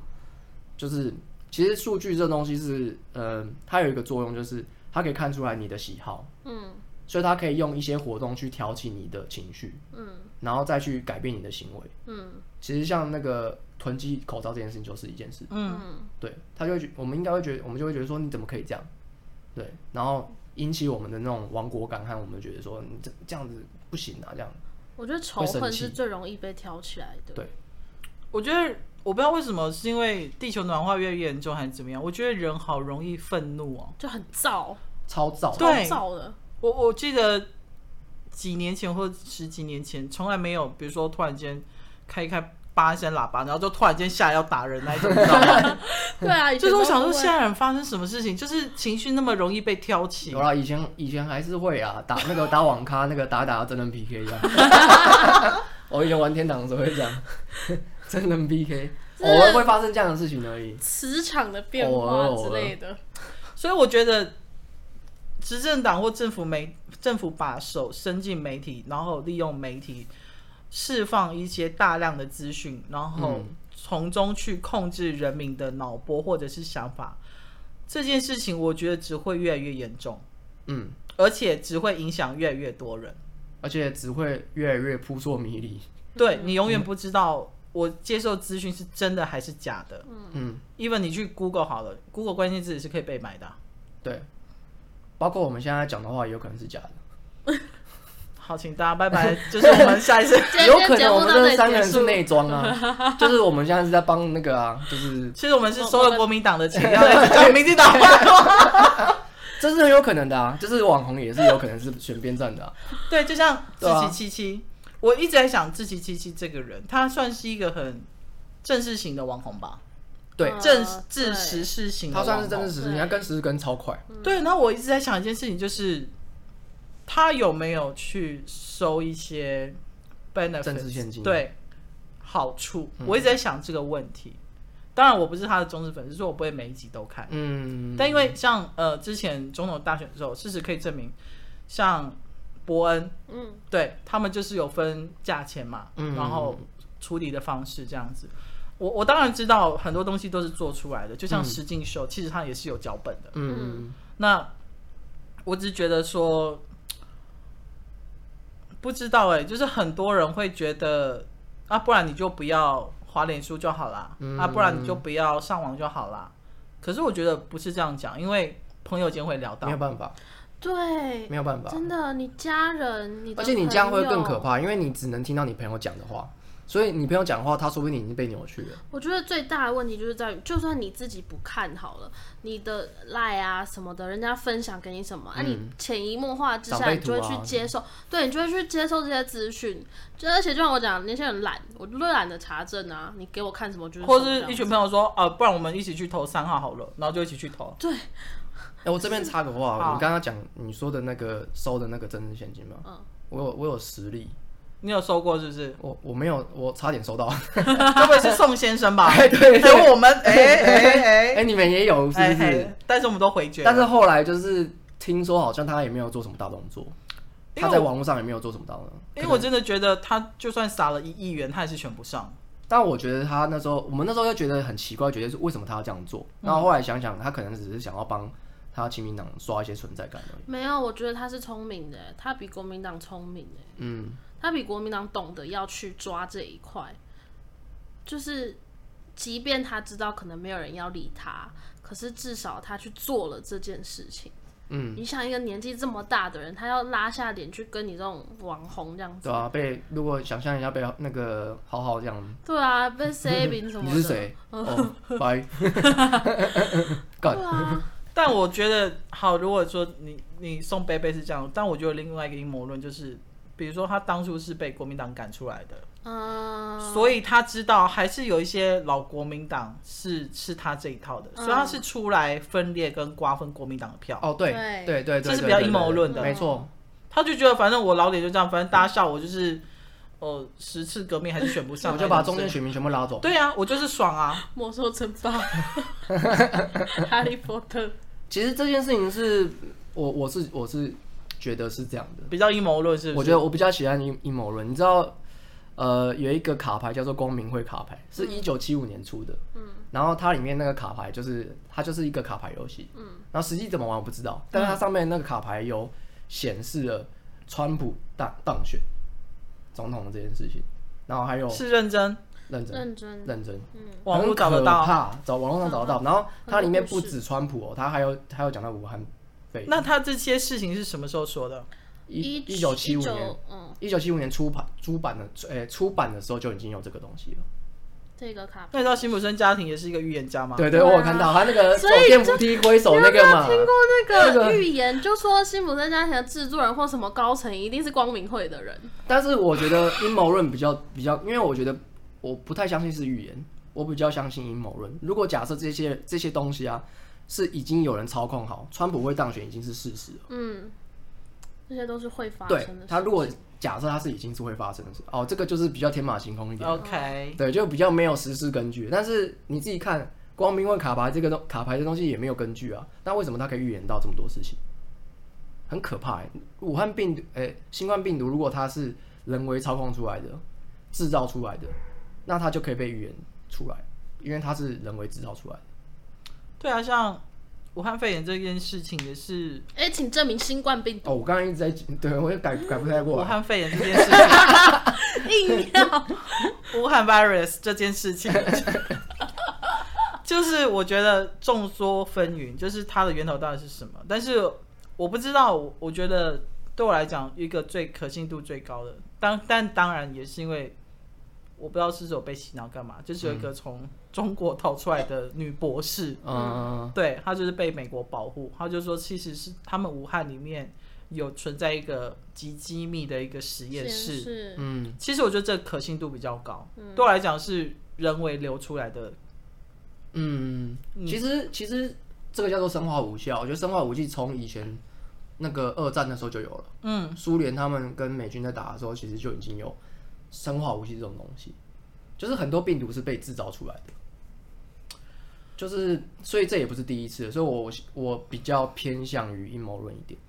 Speaker 2: 就是其实数据这东西是呃，它有一个作用，就是它可以看出来你的喜好，
Speaker 1: 嗯
Speaker 2: 所以它可以用一些活动去挑起你的情绪，
Speaker 1: 嗯
Speaker 2: 然后再去改变你的行为。
Speaker 1: 嗯
Speaker 2: 其实像那个囤积口罩这件事情就是一件事。
Speaker 3: 嗯，
Speaker 1: 嗯，
Speaker 2: 对，他就会觉，我们应该会觉得，我们就会觉得说，你怎么可以这样？对，然后引起我们的那种亡国感，和我们觉得说，嗯你这这样子不行啊，这样。
Speaker 1: 我觉得仇
Speaker 2: 会生
Speaker 1: 恨
Speaker 2: 气
Speaker 1: 是最容易被挑起来的。
Speaker 2: 对
Speaker 3: 我觉得我不知道为什么，是因为地球暖化越来越严重还是怎么样？我觉得人好容易愤怒哦。
Speaker 1: 就很燥，
Speaker 2: 超
Speaker 1: 超
Speaker 2: 燥，
Speaker 3: 对
Speaker 1: 燥的。
Speaker 3: 我我记得几年前或十几年前，从来没有，比如说突然间开一开八声喇叭，然后就突然间下来要打人那一种，你知 道吗？
Speaker 1: 对啊，以前
Speaker 3: 就是我
Speaker 1: 都
Speaker 3: 想说，
Speaker 1: 会
Speaker 3: 现在人发生什么事情，就是情绪那么容易被挑起
Speaker 2: 有。啦，以前以前还是会啊，打那个打网咖，那个打打真人 PK 这样。 我以前玩天堂的时候会这样， 真人 PK，偶尔会发生这样的事情而已。
Speaker 1: 磁场的变
Speaker 2: 偶尔
Speaker 1: 化
Speaker 2: 偶
Speaker 1: 之
Speaker 2: 尔
Speaker 1: 类的，
Speaker 3: 所以我觉得，执政党或政府媒政府把手伸进媒体，然后利用媒体释放一些大量的资讯，然后从中去控制人民的脑波或者是想法，这件事情我觉得只会越来越严重，
Speaker 2: 嗯，
Speaker 3: 而且只会影响越来越多人。
Speaker 2: 而且只会越来越扑朔迷离。
Speaker 3: 对你永远不知道我接受资讯是真的还是假的。
Speaker 2: 嗯，
Speaker 3: even 你去 Google 好了，Google 关键字是可以被买的啊、
Speaker 2: 对，包括我们现在讲的话，也有可能是假的。
Speaker 3: 好，请大家拜拜，就是我们下一次。
Speaker 1: 今天
Speaker 2: 有可能我们
Speaker 1: 节目到这
Speaker 2: 这
Speaker 1: 里
Speaker 2: 三个人
Speaker 1: 结
Speaker 2: 是
Speaker 1: 束
Speaker 2: 内装啊，就是我们现在是在帮那个啊，就是
Speaker 3: 其实我们是收了国民党的 钱，要来讲民进党话。
Speaker 2: 这是很有可能的啊，就是网红也是有可能是选边站的、啊，
Speaker 3: 对，就像自
Speaker 2: 对啊
Speaker 3: 己七七，我一直在想自己七七这个人，他算是一个很正式型的网红吧，
Speaker 2: 对
Speaker 1: 嗯
Speaker 3: 正
Speaker 1: 呃
Speaker 3: 治
Speaker 1: 对
Speaker 3: 时事型的
Speaker 2: 他
Speaker 3: 网红。
Speaker 2: 算是真的实施，
Speaker 1: 对
Speaker 2: 你看跟实施跟超快，
Speaker 3: 对，然后我一直在想一件事情，就是他有没有去收一些 benefit
Speaker 2: 政治现金嗯
Speaker 3: 对好处？我一直在想这个问题。当然，我不是他的忠实粉丝，所以我不会每一集都看。
Speaker 2: 嗯，
Speaker 3: 但因为像呃之前总统大选的时候，事实可以证明，像伯恩
Speaker 1: 嗯，
Speaker 3: 对他们就是有分价钱嘛，
Speaker 2: 嗯
Speaker 3: 然后处理的方式这样子。我我当然知道很多东西都是做出来的，就像
Speaker 2: 嗯
Speaker 3: 实境秀，其实它也是有脚本的。
Speaker 2: 嗯
Speaker 3: 那我只是觉得说，不知道哎、就是很多人会觉得啊，不然你就不要滑脸书就好啦，
Speaker 2: 嗯
Speaker 3: 啊，不然你就不要上网就好啦。可是我觉得不是这样讲，因为朋友间会聊到
Speaker 2: 没有，办法，
Speaker 1: 对，
Speaker 2: 没有办法，
Speaker 1: 真的，你家人，你的
Speaker 2: 而且你这样会更
Speaker 1: 朋
Speaker 2: 可
Speaker 1: 友。
Speaker 2: 怕，因为你只能听到你朋友讲的话，所以你朋友讲的话，他说不定已经被扭曲了。
Speaker 1: 我觉得最大的问题就是在于，就算你自己不看好了，你的赖啊什么的，人家分享给你什么，啊，你潜移默化之
Speaker 2: 长
Speaker 1: 下，
Speaker 2: 嗯辈
Speaker 1: 你就会
Speaker 2: 图啊
Speaker 1: 去接受，对，你就会去接受这些资讯。就而且就像我讲，那些人懒，我就懒得查证啊，你给我看什么就是
Speaker 3: 或
Speaker 1: 什么这
Speaker 3: 是
Speaker 1: 样
Speaker 3: 一群朋友说啊，不然我们一起去投三号好了，然后就一起去投。
Speaker 1: 对，
Speaker 2: 哎、我这边插个话，
Speaker 3: 好
Speaker 2: 你刚刚讲你说的那个收的那个政治现金吗？
Speaker 1: 嗯
Speaker 2: 我有我有实力，？
Speaker 3: 你有收过是不是
Speaker 2: 我我没有，我差点收到。
Speaker 3: 该不会是宋先生吧？
Speaker 2: 哎 对对
Speaker 3: 哎我们哎哎
Speaker 2: 哎、
Speaker 3: 哎
Speaker 2: 你们也有是 不
Speaker 3: 哎
Speaker 2: 是？
Speaker 3: 哎，但是我们都回绝了。
Speaker 2: 但是后来就是听说好像他也没有做什么大动作，
Speaker 3: 因为
Speaker 2: 他在
Speaker 3: 我
Speaker 2: 网络上也没有做什么大动作。
Speaker 3: 因为我真的觉得他就算撒了一亿元，他也是选不上。
Speaker 2: 但我觉得他那时候，我们那时候就觉得很奇怪，觉得是为什么他要这样做。然后后来想想，他可能只是想要帮他亲民党刷一些存在感而已。
Speaker 1: 没有，我觉得他是聪明的，他比国民党聪明哎，
Speaker 2: 嗯，
Speaker 1: 他比国民党懂得要去抓这一块，就是即便他知道可能没有人要理他，可是至少他去做了这件事情。
Speaker 2: 嗯，
Speaker 1: 你想一个年纪这么大的人，他要拉下脸去跟你这种网红这样子，
Speaker 2: 对啊，被如果想象一下被那个浩浩这样，
Speaker 1: 对啊，被 saving 什么的，
Speaker 2: 你是谁？哦，拜。干
Speaker 1: 对啊，
Speaker 3: 但我觉得，好，如果说你你送贝贝是这样，但我觉得另外一个阴谋论就是，比如说他当初是被国民党赶出来的，
Speaker 1: 嗯，
Speaker 3: 所以他知道还是有一些老国民党是吃他这一套的，所以他是出来分裂跟瓜分国民党的票。
Speaker 2: 哦，对
Speaker 1: 对
Speaker 2: 对对对，
Speaker 3: 这是
Speaker 2: 对
Speaker 3: 比较
Speaker 2: 对
Speaker 3: 阴
Speaker 2: 对
Speaker 3: 谋
Speaker 2: 对
Speaker 3: 论的
Speaker 2: 没错。
Speaker 3: 他就觉得反正我老脸就这样，反正大家笑我就是，呃，十次革命还是选不 上，
Speaker 2: 我就把中间选民全部拉走。
Speaker 3: 对啊，我就是爽 啊。
Speaker 1: 魔兽争霸， 哈利波特，
Speaker 2: 其实这件事情是我我是我是觉得是这样的。
Speaker 3: 比较阴谋论是不是？
Speaker 2: 我觉得我比较喜欢阴阴谋论。你知道，呃，有一个卡牌叫做光明会卡牌，是一九七五年出的。嗯，然后它里面那个卡牌就是它就是一个卡牌游戏。嗯，然后实际怎么玩我不知道，但是它上面那个卡牌有显示了川普当当选总统的这件事情，然后还有
Speaker 3: 是认真，
Speaker 2: 认真
Speaker 1: 认真，
Speaker 2: 认真。
Speaker 3: 网络找得
Speaker 2: 很可
Speaker 3: 到。啊
Speaker 2: 怕，找网络上找得到。然后它里面
Speaker 1: 很多
Speaker 2: 不
Speaker 1: 故事
Speaker 2: 止川普哦，它还有它有讲到武汉肺炎。
Speaker 3: 那他这些事情是什么时候说的？
Speaker 2: 一一九七五
Speaker 1: 19
Speaker 2: 年，，
Speaker 1: 嗯，
Speaker 2: 一九七五年出版出版的，呃、出版的时候就已经有这个东西了。
Speaker 1: 这个卡
Speaker 3: 那你知道辛普森家庭也是一个预言家吗？
Speaker 2: 对对，
Speaker 1: 对啊
Speaker 2: 我有看到他那个走
Speaker 1: 所以
Speaker 2: 电扶梯挥手那个嘛，
Speaker 1: 听过那
Speaker 2: 这
Speaker 1: 个
Speaker 2: 个
Speaker 1: 预言，就说辛普森家庭的制作人或什么高层一定是光明会的人，
Speaker 2: 但是我觉得阴谋论比较比较，因为我觉得我不太相信是预言，我比较相信阴谋论。如果假设这些这些东西啊是已经有人操控好，川普会当选已经是事实了。
Speaker 1: 嗯，这些都是会发
Speaker 2: 对
Speaker 1: 生的事。
Speaker 2: 他如果假设他是已经是会发生的事，哦，这个就是比较天马行空一点。
Speaker 3: ，OK，
Speaker 2: 对，就比较没有实施根据。但是你自己看，光明问卡牌这个东卡牌这东西也没有根据啊，那为什么他可以预言到这么多事情？很可怕、欸。武汉病毒，诶、新冠病毒，如果它是人为操控出来的，制造出来的，那它就可以被预言出来，因为它是人为制造出来的。
Speaker 3: 对啊，像武汉肺炎这件事情也是
Speaker 1: 哎、请证明新冠 病毒
Speaker 2: 哦，我刚刚一直在对我也改改不太过
Speaker 3: 武
Speaker 2: 来，
Speaker 3: 汉肺炎这件事情。
Speaker 1: 硬要
Speaker 3: 武汉 virus 这件事情， 就是我觉得众说纷纭，就是它的源头到底是什么？但是我不知道，我我觉得对我来讲，一个最可信度最高的，当但当然也是因为我不知道是有被洗脑干嘛，就是有一个从中国逃出来的女博士，
Speaker 2: 嗯，
Speaker 3: 对，他就是被美国保护，他就说其实是他们武汉里面有存在一个极机密的一个实验室，嗯
Speaker 1: 是
Speaker 2: 嗯，
Speaker 3: 其实我觉得这可信度比较高，对我来讲是人为流出来的。
Speaker 2: 嗯，其实其实这个叫做生化武器啊，我觉得生化武器从以前那个二战的时候就有了，嗯，苏联他们跟美军在打的时候，其实就已经有生化武器这种东西，就是很多病毒是被制造出来的，就是所以这也不是第一次，所以我我比较偏向于阴谋论一点，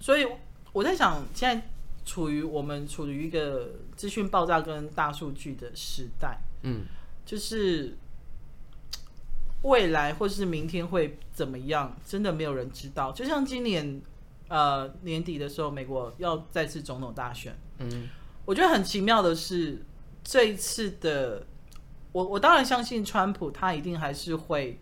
Speaker 3: 所以我在想，现在处于我们处于一个资讯爆炸跟大数据的时代，
Speaker 2: 嗯，
Speaker 3: 就是未来或是明天会怎么样，真的没有人知道。就像今年呃年底的时候，美国要再次总统大选，嗯，我觉得很奇妙的是这一次的，我我当然相信川普他一定还是会。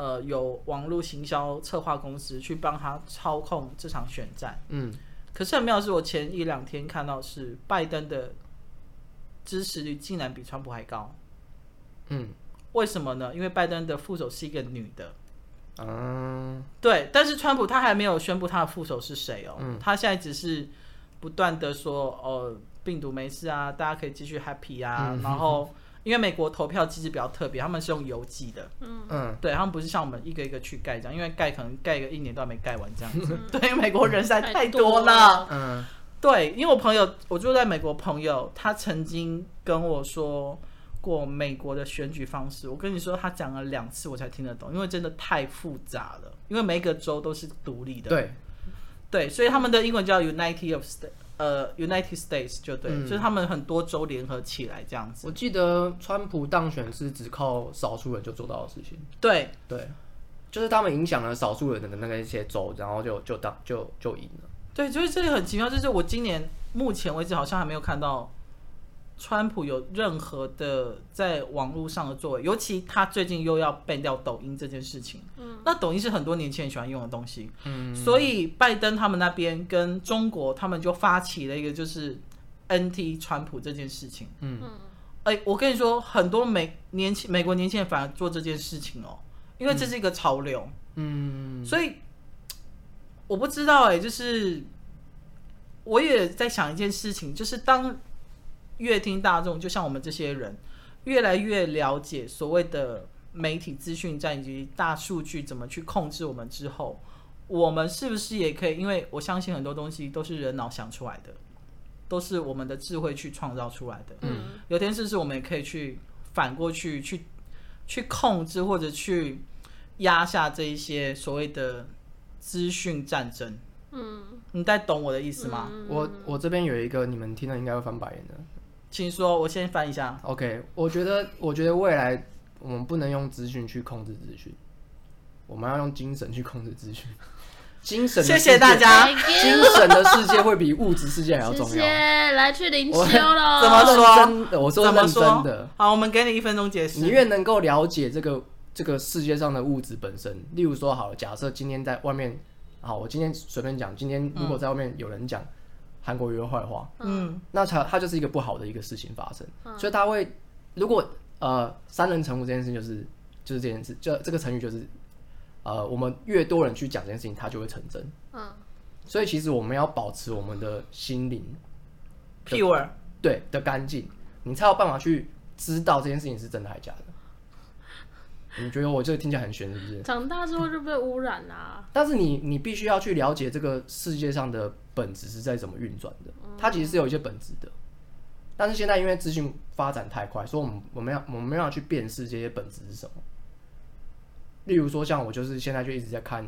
Speaker 3: 呃，有网络行销策划公司去帮他操控这场选战。
Speaker 2: 嗯，
Speaker 3: 可是很妙的是，我前一两天看到是拜登的支持率竟然比川普还高。
Speaker 2: 嗯，
Speaker 3: 为什么呢？因为拜登的副手是一个女的，
Speaker 2: 啊，
Speaker 3: 对，但是川普他还没有宣布他的副手是谁哦，他现在只是不断的说，哦，病毒没事啊，大家可以继续 happy 啊，然后。因为美国投票机制比较特别，他们是用邮寄的，
Speaker 2: 嗯，
Speaker 3: 对他们不是像我们一个一个去盖这样，因为盖可能盖个一年都还没盖完这样子。对，因为美国人实在嗯太多了，
Speaker 2: 嗯，
Speaker 3: 对，因为我朋友，我住在美国朋友，他曾经跟我说过美国的选举方式。我跟你说，他讲了两次我才听得懂，因为真的太复杂了。因为每一个州都是独立的，
Speaker 2: 对，
Speaker 3: 对，所以他们的英文叫 United of State，呃，United States 就对，
Speaker 2: 嗯
Speaker 3: 就是他们很多州联合起来这样子。
Speaker 2: 我记得川普当选是只靠少数人就做到的事情。
Speaker 3: 对，
Speaker 2: 对，就是他们影响了少数人的那个一些州，然后就就当就就赢了。
Speaker 3: 对，就是这个很奇妙，就是我今年目前为止好像还没有看到川普有任何的在网络上的作为，尤其他最近又要 ban 掉抖音这件事情。嗯，那抖音是很多年轻人喜欢用的东西，嗯，所以拜登他们那边跟中国他们就发起了一个就是 NT 川普这件事情。嗯，哎、我跟你说，很多美年轻美国年轻人反而做这件事情哦，因为这是一个潮流。
Speaker 2: 嗯
Speaker 3: 所以我不知道哎、就是我也在想一件事情，就是当乐听大众，就像我们这些人，越来越了解所谓的媒体资讯站以及大数据怎么去控制我们之后，我们是不是也可以？因为我相信很多东西都是人脑想出来的，都是我们的智慧去创造出来的。
Speaker 1: 嗯，
Speaker 3: 有件事是我们也可以去反过去去去控制或者去压下这一些所谓的资讯战争。嗯，你在懂我的意
Speaker 1: 嗯
Speaker 3: 思吗？
Speaker 2: 我我这边有一个你们听了应该会翻白眼的。
Speaker 3: 嗯请说，我先翻一下。
Speaker 2: OK，我觉得我觉得未来我们不能用资讯去控制资讯，我们要用精神去控制资 讯。精神的
Speaker 3: 谢
Speaker 2: 世界
Speaker 3: 谢大，家。
Speaker 2: 精神的世界会比物质世界还要
Speaker 1: 谢
Speaker 2: 重
Speaker 1: 谢
Speaker 2: 要。
Speaker 1: 来去灵修
Speaker 2: 我
Speaker 1: 喽。
Speaker 3: 怎么说
Speaker 2: 认真的，我说
Speaker 3: 怎么
Speaker 2: 认
Speaker 3: 说
Speaker 2: 真的，？
Speaker 3: 好，我们给你一分钟解
Speaker 2: 你
Speaker 3: 释。
Speaker 2: 越能够了解这个这个世界上的物质本身，例如说好了，假设今天在外面，好，我今天随便讲，今天如果在外面有人讲韩国瑜的坏话，
Speaker 3: 嗯，
Speaker 2: 那它它就是一个不好的一个事情发生，所以他会如果呃三人成虎这件事情就是就是这件事，这这个成语就是呃我们越多人去讲这件事情，它就会成真。
Speaker 1: 嗯，
Speaker 2: 所以其实我们要保持我们的心灵
Speaker 3: 屁味儿。
Speaker 2: 对的干净，你才有办法去知道这件事情是真的还是假的。你觉得我这个听起来很玄是不是？
Speaker 1: 长大之后就被污染啦、
Speaker 2: 但是你你必须要去了解这个世界上的本质是在怎么运转的，它其实是有一些本质的。但是现在因为资讯发展太快，所以我们我们要我们要去辨识这些本质是什么。例如说，像我就是现在就一直在看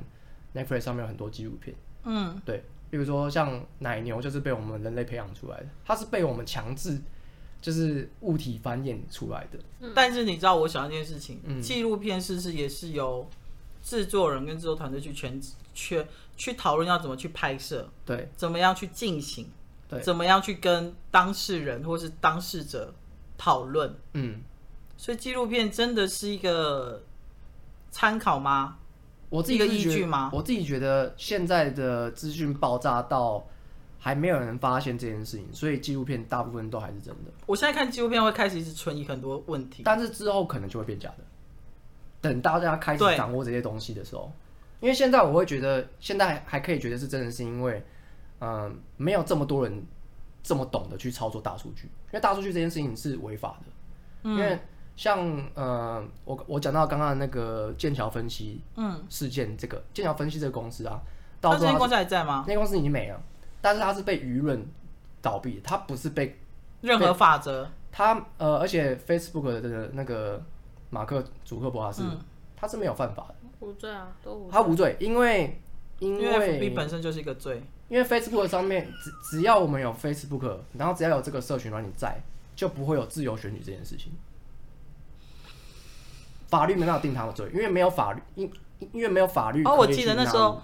Speaker 2: Netflix 上面有很多纪录片，
Speaker 3: 嗯，
Speaker 2: 对，例如说像奶牛就是被我们人类培养出来的，它是被我们强制就是物体繁衍出来的。
Speaker 3: 但是你知道，我想一件事情，
Speaker 2: 嗯
Speaker 3: 纪录片是不是也是由制作人跟制作团队去全全去讨论要怎么去拍摄，
Speaker 2: 对
Speaker 3: 怎么样去进行，
Speaker 2: 对，
Speaker 3: 怎么样去跟当事人或是当事者讨论。
Speaker 2: 嗯，
Speaker 3: 所以纪录片真的是一个参考吗？
Speaker 2: 我自己
Speaker 3: 一个
Speaker 2: 是
Speaker 3: 依
Speaker 2: 觉
Speaker 3: 据吗
Speaker 2: 我自己觉得现在的资讯爆炸到还没有人发现这件事情，所以纪录片大部分都还是真的。
Speaker 3: 我现在看纪录片会开始一直存疑很多问题。
Speaker 2: 但是之后可能就会变假的。等大家开始
Speaker 3: 对
Speaker 2: 掌握这些东西的时候，因为现在我会觉得，现在还可以觉得是真的，是因为，嗯、没有这么多人这么懂得去操作大数据，因为大数据这件事情是违法的。
Speaker 3: 嗯
Speaker 2: 因为像呃，我我讲到刚刚的那个剑桥分析
Speaker 3: 嗯，
Speaker 2: 事件，这个剑桥分析这个公司啊，到
Speaker 3: 那
Speaker 2: 最后
Speaker 3: 这间
Speaker 2: 它
Speaker 3: 公司还在吗？
Speaker 2: 那间公司已经没了，但是它是被舆论倒闭的，它不是被
Speaker 3: 任何法则，
Speaker 2: 他呃，而且 Facebook 的那个马克·祖克伯他是、
Speaker 3: 嗯
Speaker 2: 他是没有犯法的，
Speaker 1: 无罪啊，都无罪
Speaker 2: 他无罪，因为因
Speaker 3: 因
Speaker 2: 为
Speaker 3: 为 FB 本身就是一个罪。
Speaker 2: 因为 Facebook 上面只只要我们有 Facebook，然后只要有这个社群软体在，就不会有自由选举这件事情。法律没办法定他的罪，因为没有法律，因因因为没有法律。
Speaker 3: 哦我记得那时候，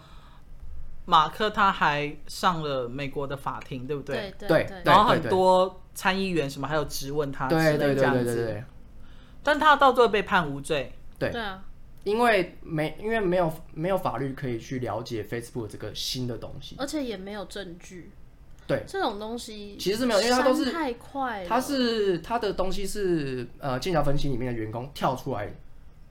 Speaker 3: 马克他还上了美国的法庭，对不对？
Speaker 1: 对对
Speaker 2: 对
Speaker 1: 对，
Speaker 3: 然后
Speaker 2: 对
Speaker 3: 很多参议员什么还有质问他之
Speaker 2: 对
Speaker 3: 类
Speaker 2: 对对
Speaker 3: 这样
Speaker 2: 对对
Speaker 3: 子，
Speaker 2: 对，
Speaker 3: 但他到最后被判无罪。
Speaker 2: 对
Speaker 1: 对啊，
Speaker 2: 因为没因为没有没有法律可以去了解 Facebook 这个新的东西。
Speaker 1: 而且也没有证据，
Speaker 2: 对，
Speaker 1: 这种东西
Speaker 2: 其实是没有因为它都是
Speaker 1: 删太快了，
Speaker 2: 他是他的东西是呃剑桥分析里面的员工跳出来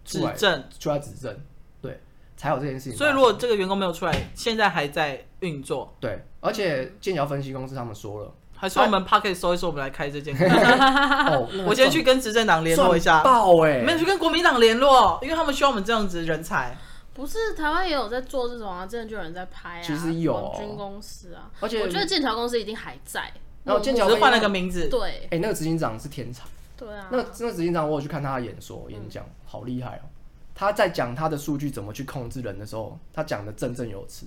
Speaker 3: 指
Speaker 2: 出来
Speaker 3: 证，
Speaker 2: 出来指证，对，才有这件事情发生。
Speaker 3: 所以如果这个员工没有出来，现在还在运作，
Speaker 2: 对，而且剑桥分析公司他们说 了，
Speaker 3: 还是我
Speaker 2: 哎
Speaker 3: 们 p o c k e t 搜一搜，我们来开这间公司。
Speaker 2: 哦，那个
Speaker 3: 我先去跟执政党联络一
Speaker 2: 赚
Speaker 3: 下，
Speaker 2: 爆哎、
Speaker 3: 没有去跟国民党联络，因为他们需要我们这样子的人才。
Speaker 1: 不是台湾也有在做这种啊？真的就有人在拍啊，
Speaker 2: 其实有
Speaker 1: 网军公司啊，
Speaker 2: 而且
Speaker 1: 我觉得剑桥公司一定还在，
Speaker 2: 然后剑
Speaker 3: 只
Speaker 2: 桥
Speaker 3: 是
Speaker 2: 分析
Speaker 3: 换了个名字，
Speaker 1: 对
Speaker 2: 哎、那个执行长是天才，
Speaker 1: 对啊，嗯
Speaker 2: 那个那个执行长我有去看他的演说演讲，好厉害哦。他在讲他的数据怎么去控制人的时候，他讲的振振有词，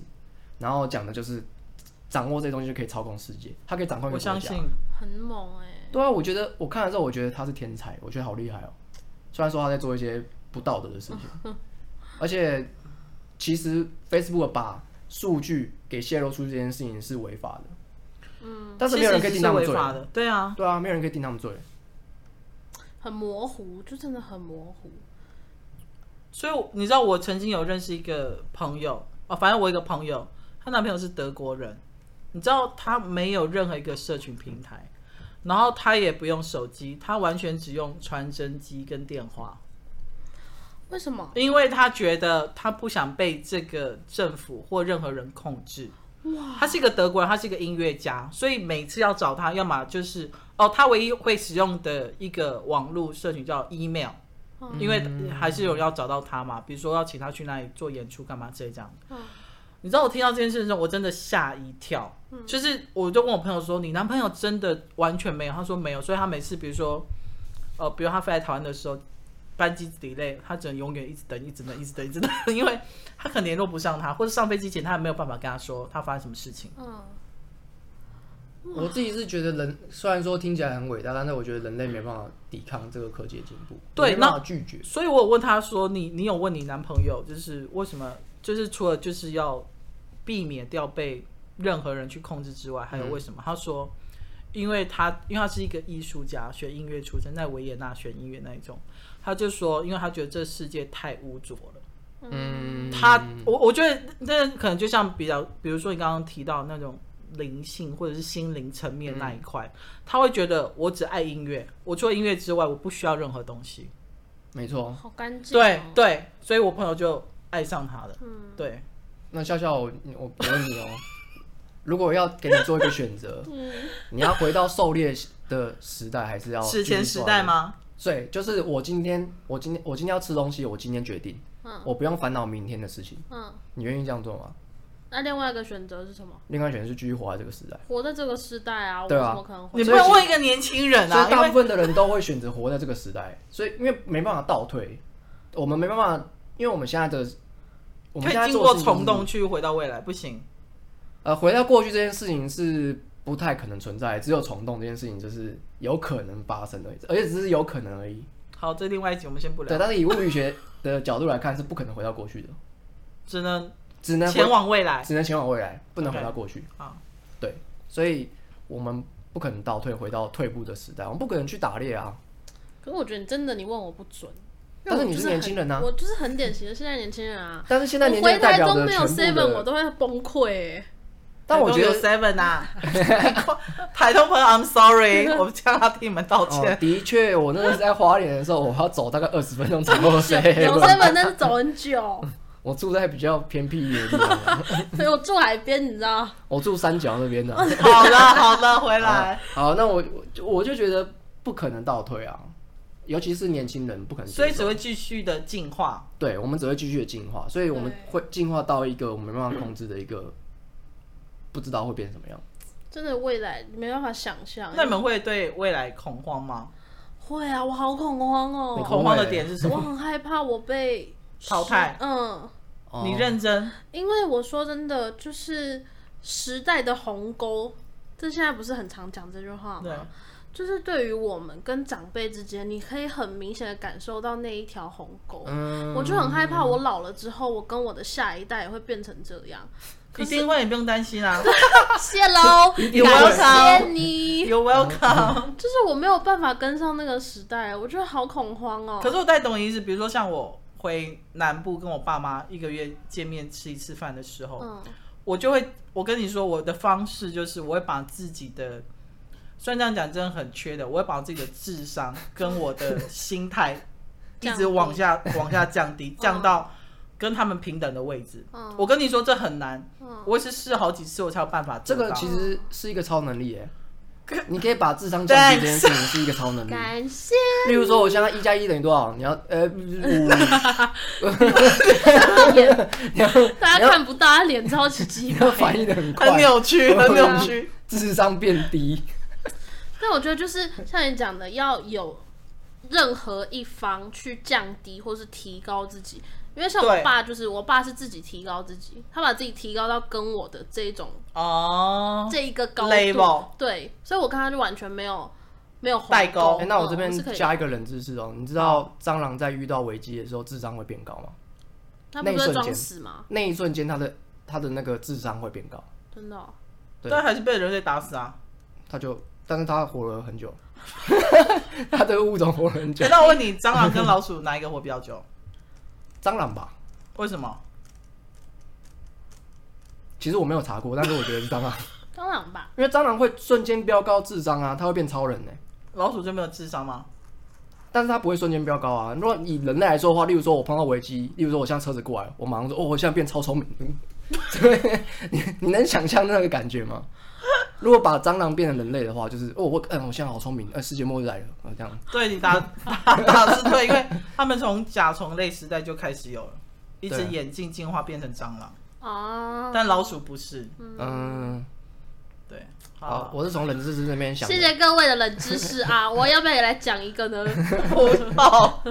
Speaker 2: 然后讲的就是掌握这些东西就可以操控世界，他可以掌控一个国
Speaker 3: 我
Speaker 2: 家。
Speaker 3: 相信。
Speaker 1: 很猛哎、
Speaker 2: 对啊，我觉得我看了之后，我觉得他是天才，我觉得好厉害哦。虽然说他在做一些不道德的事 情，而且其实 Facebook 把数据给泄露出去这件事情是违法的。嗯，但是没有人可以
Speaker 3: 其
Speaker 2: 定
Speaker 3: 实是
Speaker 2: 他们
Speaker 3: 违
Speaker 2: 罪。
Speaker 3: 法的，对啊，
Speaker 2: 对啊，没有人可以定他们罪。
Speaker 1: 很模糊，就真的很模糊。
Speaker 3: 所以你知道，我曾经有认识一个朋友哦，反正我有一个朋友，她男朋友是德国人，你知道她没有任何一个社群平台，然后她也不用手机，她完全只用传真机跟电话，
Speaker 1: 为什么？
Speaker 3: 因为她觉得她不想被这个政府或任何人控制。哇，他是一个德国人，他是一个音乐家，所以每次要找他，要么就是哦，他唯一会使用的一个网络社群叫 email。
Speaker 1: 嗯
Speaker 3: 因为还是有人要找到他嘛，比如说要请他去那里做演出干嘛之类这样。你知道我听到这件事的时候，我真的吓一跳，就是我就问我朋友说，你男朋友真的完全没有？他说没有，所以他每次比如说，呃，比如他飞来台湾的时候，班机 delay，他只能永远一直等，一直等，一直等，一直等， 因为他可能联络不上他，或者上飞机前他也没有办法跟他说他发生什么事情。
Speaker 1: 嗯，
Speaker 2: 我自己是觉得人虽然说听起来很伟大，但是我觉得人类没办法抵抗这个科技的进步，
Speaker 3: 对
Speaker 2: 没办法拒绝。
Speaker 3: 所以我有问他说：“你你有问你男朋友，就是为什么？就是除了就是要避免掉被任何人去控制之外，还有为什么？”他说：“因为他因为他是一个艺术家，学音乐出身，在维也纳学音乐那一种。”他就说：“因为他觉得这世界太污浊了。
Speaker 2: 嗯，
Speaker 3: 他我我觉得那可能就像比较，比如说你刚刚提到那种灵性或者是心灵层面那一块，他会觉得我只爱音乐，我除了音乐之外，我不需要任何东西。”
Speaker 2: 没错。
Speaker 1: 好干净、
Speaker 3: 对
Speaker 1: 哦。
Speaker 3: 对，所以我朋友就爱上他了。嗯，对，
Speaker 2: 那笑笑，我我我问你哦，如果要给你做一个选 择，
Speaker 3: 嗯
Speaker 2: 你要回到狩猎的时代，还是要
Speaker 3: 史前时
Speaker 2: 继续狩猎
Speaker 3: 代？吗？
Speaker 2: 对，就是我今天，我今天，我今天要吃东西，我今天决定，
Speaker 3: 嗯
Speaker 2: 我不用烦恼明天的事情。
Speaker 1: 嗯，
Speaker 2: 你愿意这样做吗？
Speaker 1: 那另外一个选择是什么？
Speaker 2: 另外选择是继续活在这个时代，
Speaker 1: 活在这个时代啊，我
Speaker 2: 对
Speaker 1: 怎
Speaker 2: 啊
Speaker 1: 么可能会？
Speaker 3: 你不能问一个年轻人
Speaker 2: 所以
Speaker 3: 啊，因
Speaker 2: 大部
Speaker 3: 为
Speaker 2: 分的人都会选择活在这个时代，所以因为没办法倒退，我们没办法，因为我们现在的我们
Speaker 3: 可
Speaker 2: 现在
Speaker 3: 以经
Speaker 2: 做
Speaker 3: 过
Speaker 2: 的事情
Speaker 3: 虫洞去回到未来，不行。
Speaker 2: 呃，回到过去这件事情是不太可能存在，只有虫洞这件事情就是有可能发生而已，而且只是有可能而已。
Speaker 3: 好，这另外一集我们先不
Speaker 2: 对，
Speaker 3: 聊，
Speaker 2: 但是以物理学的角度来看，是不可能回到过去的，
Speaker 3: 只能
Speaker 2: 只能回
Speaker 3: 前往未来。
Speaker 2: 只能前往未来，不能回到过去。
Speaker 3: 好，
Speaker 2: 对，所以我们不可能倒退回到退步的时代，我们不可能去打猎啊。
Speaker 1: 可是我觉得你真的你问我不准，因为
Speaker 2: 但是
Speaker 1: 我
Speaker 2: 你
Speaker 1: 就是
Speaker 2: 年轻人啊
Speaker 1: 很我就是很典型的现在年轻人啊。
Speaker 2: 但是现在年
Speaker 1: 我回
Speaker 2: 轻人代
Speaker 1: 台
Speaker 2: 表
Speaker 1: 中
Speaker 2: 的
Speaker 1: 没有
Speaker 2: 全
Speaker 1: seven
Speaker 2: 部
Speaker 1: 我
Speaker 2: 的，
Speaker 1: 都会崩溃、欸。
Speaker 2: 但我觉得
Speaker 3: Seven 啊，台东朋友，I'm sorry，我向他替你们道
Speaker 2: 哦，
Speaker 3: 歉。
Speaker 2: 的确，我那个是在花莲的时候，我要走大概二十分钟才过水。
Speaker 1: 有 seven 但是走很久，
Speaker 2: 我住在比较偏僻一点的地方，啊
Speaker 1: 所以我住海边，你知道？
Speaker 2: 我哦住三角那边的、
Speaker 3: 好了好了，回来。
Speaker 2: 哦好，那我我就我就觉得不可能倒退啊，尤其是年轻人不可能接
Speaker 3: 所
Speaker 2: 受。
Speaker 3: 以只会继续的进化。
Speaker 2: 对，我们只会继续的进化，所以我们会进化到一个我们没办法控制的一个，不知道会变什么样。
Speaker 1: 真的未来你没办法想象。
Speaker 3: 那你们会对未来恐慌吗？
Speaker 1: 会啊，我好恐慌哦
Speaker 2: 你，
Speaker 3: 恐慌的点是什
Speaker 1: 我
Speaker 3: 么？
Speaker 1: 很害怕我被
Speaker 3: 淘汰
Speaker 1: 嗯，
Speaker 2: 哦
Speaker 3: 你认真
Speaker 1: 因为我说真的，就是时代的鸿沟，这现在不是很常讲这句话
Speaker 3: 对
Speaker 1: 吗？就是对于我们跟长辈之间，你可以很明显的感受到那一条鸿沟。
Speaker 2: 嗯，
Speaker 1: 我就很害怕，我老了之后，我跟我的下一代也会变成这 样。
Speaker 3: 一定会，你不用担心啊。
Speaker 1: 谢喽，
Speaker 2: 定
Speaker 3: 会
Speaker 1: 感谢你。
Speaker 3: You're welcome。
Speaker 1: 就是我没有办法跟上那个时代，我觉得好恐慌哦。
Speaker 3: 可是我带懂你意思，比如说像我回南部跟我爸妈一个月见面吃一次饭的时候，
Speaker 1: 嗯，
Speaker 3: 我就会，我跟你说，我的方式就是我会把自己的，虽然这样讲真的很缺的，我会把我自己的智商跟我的心态 一
Speaker 1: 降
Speaker 3: 直
Speaker 1: 低嗯
Speaker 3: 往下往下降低，降到跟他们平等的位置。我跟你说这很难，
Speaker 1: 嗯
Speaker 3: 我也是试好几次我才有办法
Speaker 2: 这
Speaker 3: 做到。
Speaker 2: 个其实是一个超能力耶，你可以把智商降低这件事情是一个超能力。
Speaker 1: 感谢。
Speaker 2: 例如说，我现在一加一等于多少？你要呃五， 你要
Speaker 1: 大家看不到，他脸超级鸡
Speaker 2: 你
Speaker 1: 巴
Speaker 2: 要。反 应的很
Speaker 3: 很
Speaker 2: 快，
Speaker 3: 扭曲，很扭曲。
Speaker 2: 智商变低。
Speaker 1: 但我觉得就是像你讲的，要有任何一方去降低或是提高自己，因为像
Speaker 3: 对
Speaker 1: 我爸就是，我爸是自己提高自己，他把自己提高到跟我的这一种
Speaker 2: 啊
Speaker 3: 哦，
Speaker 1: 这一个高
Speaker 3: Level
Speaker 1: 度，对，所以我跟他就完全没有没有鸿
Speaker 3: 代沟
Speaker 2: 哎、那我这边
Speaker 1: 嗯是可以
Speaker 2: 加一个冷知识哦，你知道蟑螂在遇到危机的时候智商会变高吗？
Speaker 1: 他不
Speaker 2: 那一
Speaker 1: 是
Speaker 2: 瞬间
Speaker 1: 装死吗？
Speaker 2: 那一瞬间，它的它的那个智商会变高，
Speaker 1: 真的哦、
Speaker 2: 对
Speaker 3: 但还是被人类打死啊！
Speaker 2: 它就，但是它活了很久， 它的物种活了很久
Speaker 3: 哎，，那我问你，蟑螂跟老鼠哪一个活比较久？
Speaker 2: 蟑螂吧？
Speaker 3: 为什么？
Speaker 2: 其实我没有查过，但是我觉得是蟑螂，
Speaker 1: 当然吧，
Speaker 2: 因为蟑螂会瞬间飙高智商啊，它会变超人呢、
Speaker 3: 老鼠就没有智商吗？
Speaker 2: 但是它不会瞬间飙高啊。如果以人类来说的话，例如说我碰到危机，例如说我像车子过来，我马上说哦，我现在变超聪明， 对，你你能想象那个感觉吗？如果把蟑螂变成人类的话，就是哦，我嗯，我现在好聪明，呃，世界末日来了，呃，这样。
Speaker 3: 对你 答答答是对，因为他们从甲虫类时代就开始有了，一直
Speaker 2: 对
Speaker 3: 演进进化变成蟑螂，
Speaker 2: 哦
Speaker 1: 啊，
Speaker 3: 但老鼠不是。
Speaker 2: 嗯，
Speaker 3: 对，啊
Speaker 2: 好，，我是从冷知识那边想的。
Speaker 1: 谢谢各位的冷知识 啊，我要不要也来讲一个呢？
Speaker 3: 我好，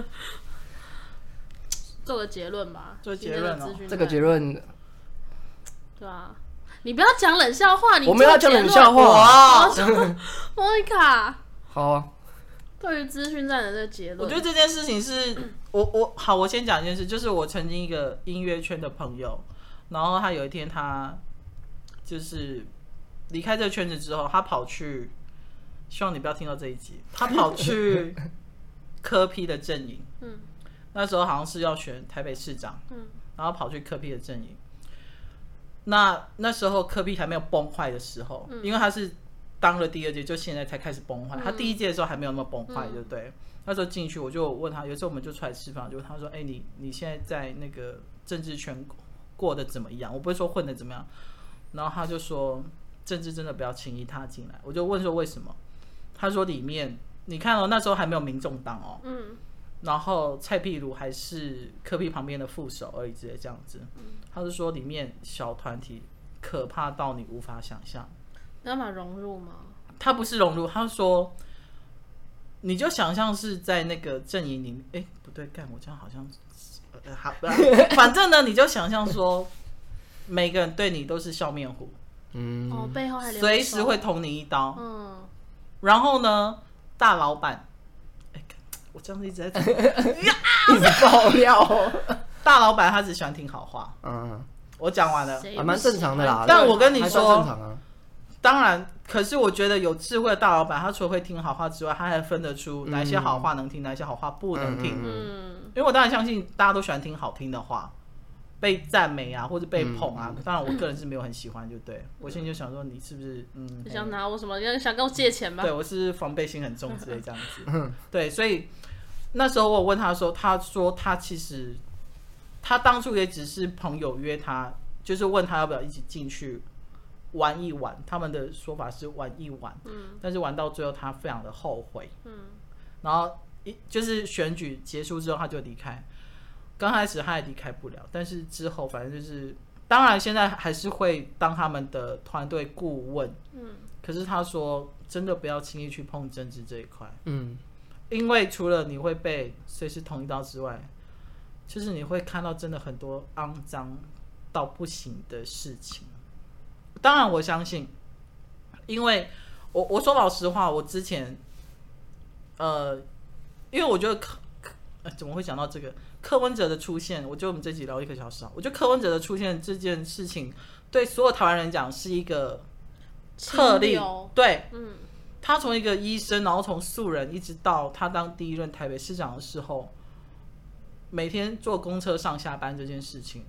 Speaker 1: 做个结论吧，
Speaker 3: 做结论哦
Speaker 1: 今天的资讯
Speaker 2: 这个
Speaker 1: 站
Speaker 2: 结论，
Speaker 1: 对啊，你不要讲冷笑话，你
Speaker 2: 我们要
Speaker 1: 做
Speaker 2: 讲
Speaker 1: 结
Speaker 2: 冷
Speaker 1: 论
Speaker 2: 笑。话。
Speaker 3: 哇，
Speaker 1: 莫妮卡
Speaker 2: 好啊，
Speaker 1: 对于资讯站的这个结论，
Speaker 3: 我觉得这件事 情是我我好，我先讲一件事，就是我曾经一个音乐圈的朋友，然后他有一天他就是离开这个圈子之后，他跑去，希望你不要听到这一集，他 跑去科批的阵营，
Speaker 1: 嗯，
Speaker 3: 那时候好像是要选台北市长，
Speaker 1: 嗯，
Speaker 3: 然后跑去科批的阵营。那那时候科比还没有崩坏的时候，
Speaker 1: 嗯
Speaker 3: 因为他是当了第二届，就现在才开始崩坏。他第一届的时候还没有那么崩坏，对不对？那时候进去我就问他，有时候我们就出来吃饭，我就问他说：“哎、你你现在在那个政治圈过得怎么样？”我不会说混得怎么样，然后他就说：“政治真的不要轻易踏进来。”我就问说为什么？他说里面你看哦，那时候还没有民众党哦，
Speaker 1: 嗯，
Speaker 3: 然后蔡壁如还是科比旁边的副手而已，直接这样子。他是说里面小团体可怕到你无法想象。
Speaker 1: 你要把它融入吗？
Speaker 3: 他不是融入，他说你就想象是在那个阵营里面，哎、不对，干我这样好像，呃， 好，反正呢，你就想象说每个人对你都是笑面虎，
Speaker 2: 嗯，
Speaker 1: 哦，背后还留
Speaker 3: 随时
Speaker 1: 手
Speaker 3: 会捅你一刀。
Speaker 1: 嗯，
Speaker 3: 然后呢，大老板，哎，干我这样子一直在讲
Speaker 2: 一直爆料 哦，
Speaker 3: 大老板，他只喜欢听好话。
Speaker 2: 嗯，
Speaker 3: 我讲完了，
Speaker 1: 谁
Speaker 2: 还
Speaker 1: 不
Speaker 2: 蛮正常的啦
Speaker 1: 喜。欢
Speaker 3: 但我跟你
Speaker 2: 还算
Speaker 3: 说
Speaker 2: 正常啊，
Speaker 3: 当然，可是我觉得有智慧的大老板，他除了会听好话之外，他还分得出哪些好话能听，哪些好话不能听。
Speaker 2: 嗯
Speaker 1: 嗯，
Speaker 3: 因为我当然相信大家都喜欢听好听的话，被赞美啊，或者被捧啊。当然，我个人是没有很喜欢，就对我现在就想说，你是不是嗯
Speaker 1: 你，想拿我什么？你想跟我借钱吧？
Speaker 3: 对我是防备心很重之类这样子。对，所以那时候我问他说，他说他其实他当初也只是朋友约他，就是问他要不要一起进去玩一玩。他们的说法是玩一玩，嗯，但是玩到最后他非常的后悔，嗯，然后一就是选举结束之后他就离开。刚开始他也离开不了，但是之后反正就是，当然现在还是会当他们的团队顾问，可是他说，真的不要轻易去碰政治这一块，
Speaker 2: 嗯，
Speaker 3: 因为除了你会被随时捅一刀之外，就是你会看到真的很多肮脏到不行的事情。当然，我相信，因为我我说老实话，我之前，呃，因为我觉得柯、呃、怎么会讲到这个柯文哲的出现？我觉得我们这集聊一个小时啊，我觉得柯文哲的出现这件事情，对所有台湾人讲是一个特
Speaker 1: 清
Speaker 3: 例
Speaker 1: 流，
Speaker 3: 对，
Speaker 1: 嗯，
Speaker 3: 他从一个医生，然后从素人一直到他当第一任台北市长的时候，每天坐公车上下班这件事情，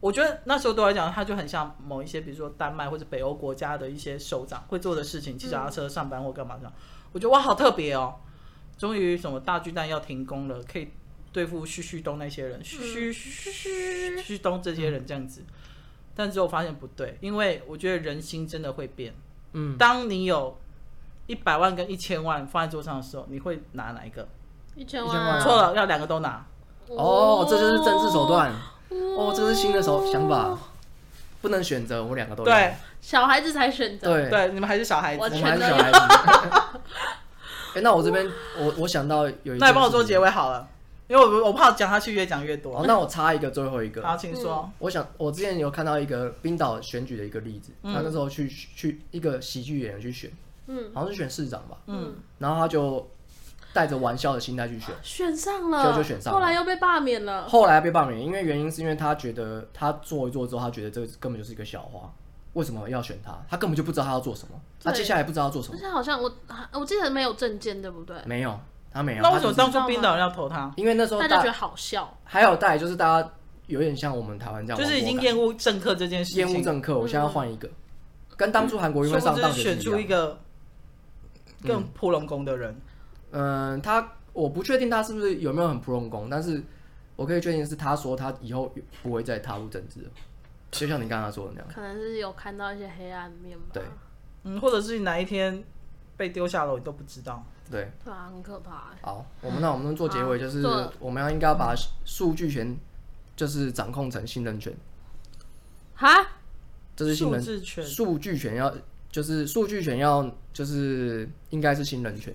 Speaker 3: 我觉得那时候对我来讲，他就很像某一些，比如说丹麦或者北欧国家的一些首长会做的事情，骑脚踏车上班或干嘛这样。我觉得哇，好特别哦！终于什么大巨蛋要停工了，可以对付旭旭东那些人，旭旭旭旭旭东这些人这样子。但之后发现不对，因为我觉得人心真的会变。嗯，当你有一百万跟一千万放在桌上的时候，你会拿哪一个？
Speaker 1: 一千
Speaker 2: 一千万
Speaker 1: 万，
Speaker 2: 啊
Speaker 3: 错了，要两个都拿。
Speaker 2: 哦，这就是政治手段，哦，这是新的手想法，不能选择，我两个都要
Speaker 3: 对
Speaker 1: 小孩子才选择。
Speaker 2: 对
Speaker 3: 对，你们还是小孩
Speaker 1: 我
Speaker 2: 我
Speaker 3: 子，
Speaker 2: 们还是
Speaker 1: 全
Speaker 2: 小
Speaker 1: 都
Speaker 2: 孩子。 哎，那我这边我我想到有一，
Speaker 3: 那你帮我做结。尾好了，因为我我怕讲下去越讲越
Speaker 2: 哦
Speaker 3: 多。，
Speaker 2: 那我插一个最后一个。
Speaker 3: 好，请说。
Speaker 2: 我想，我之前有看到一个冰岛选举的一个例子，
Speaker 3: 嗯
Speaker 2: 他那时候去去一个喜剧演员去选，
Speaker 1: 嗯
Speaker 2: 好像是选市长吧，
Speaker 1: 嗯，
Speaker 2: 然后他就带着玩笑的心态去选，
Speaker 1: 选上了，
Speaker 2: 就就选上了
Speaker 1: 后来又被罢免了。
Speaker 2: 后来被罢免，因为原因是因为他觉得他做一做之后，他觉得这个根本就是一个笑话，为什么要选他？他根本就不知道他要做什么，他
Speaker 1: 对
Speaker 2: 接下来不知道要做什
Speaker 1: 而
Speaker 2: 么，
Speaker 1: 且好像我啊我记得没有证件，对不对？
Speaker 2: 没有，他嗯没有。
Speaker 3: 那为
Speaker 2: 他
Speaker 3: 什么
Speaker 2: 只是
Speaker 3: 当初冰岛人要投他？
Speaker 2: 因为那时候
Speaker 1: 大家觉得
Speaker 2: 大
Speaker 1: 好笑，
Speaker 2: 还有带就是大家有点像我们台湾这样
Speaker 3: 就
Speaker 2: 亡国
Speaker 3: 是
Speaker 2: 感，
Speaker 3: 已经厌恶政客这件事情，嗯
Speaker 2: 厌恶政客，我现在要换一个，跟当初韩国瑜会
Speaker 3: 殊
Speaker 2: 上
Speaker 3: 不
Speaker 2: 当学
Speaker 3: 知选
Speaker 2: 是一样
Speaker 3: 出一个更扑龙宫的人。
Speaker 2: 嗯，他我不确定他是不是有没有很普通工，但是我可以确定是他说他以后不会再踏入政治了，就像你刚才说的那样。
Speaker 1: 可能是有看到一些黑暗面吧。
Speaker 2: 对
Speaker 3: 嗯，或者是哪一天被丢下楼，你都不知道。
Speaker 2: 对，
Speaker 1: 对啊，很可怕欸。
Speaker 2: 好，我们那我们做结尾就
Speaker 1: 好
Speaker 2: 是
Speaker 1: 做了
Speaker 2: 我们要应该要把数据权就是掌控成信任权，
Speaker 1: 哈，
Speaker 2: 这是信
Speaker 3: 数
Speaker 2: 任
Speaker 3: 字权，
Speaker 2: 数据权要就是数据权要就是应该是信任权，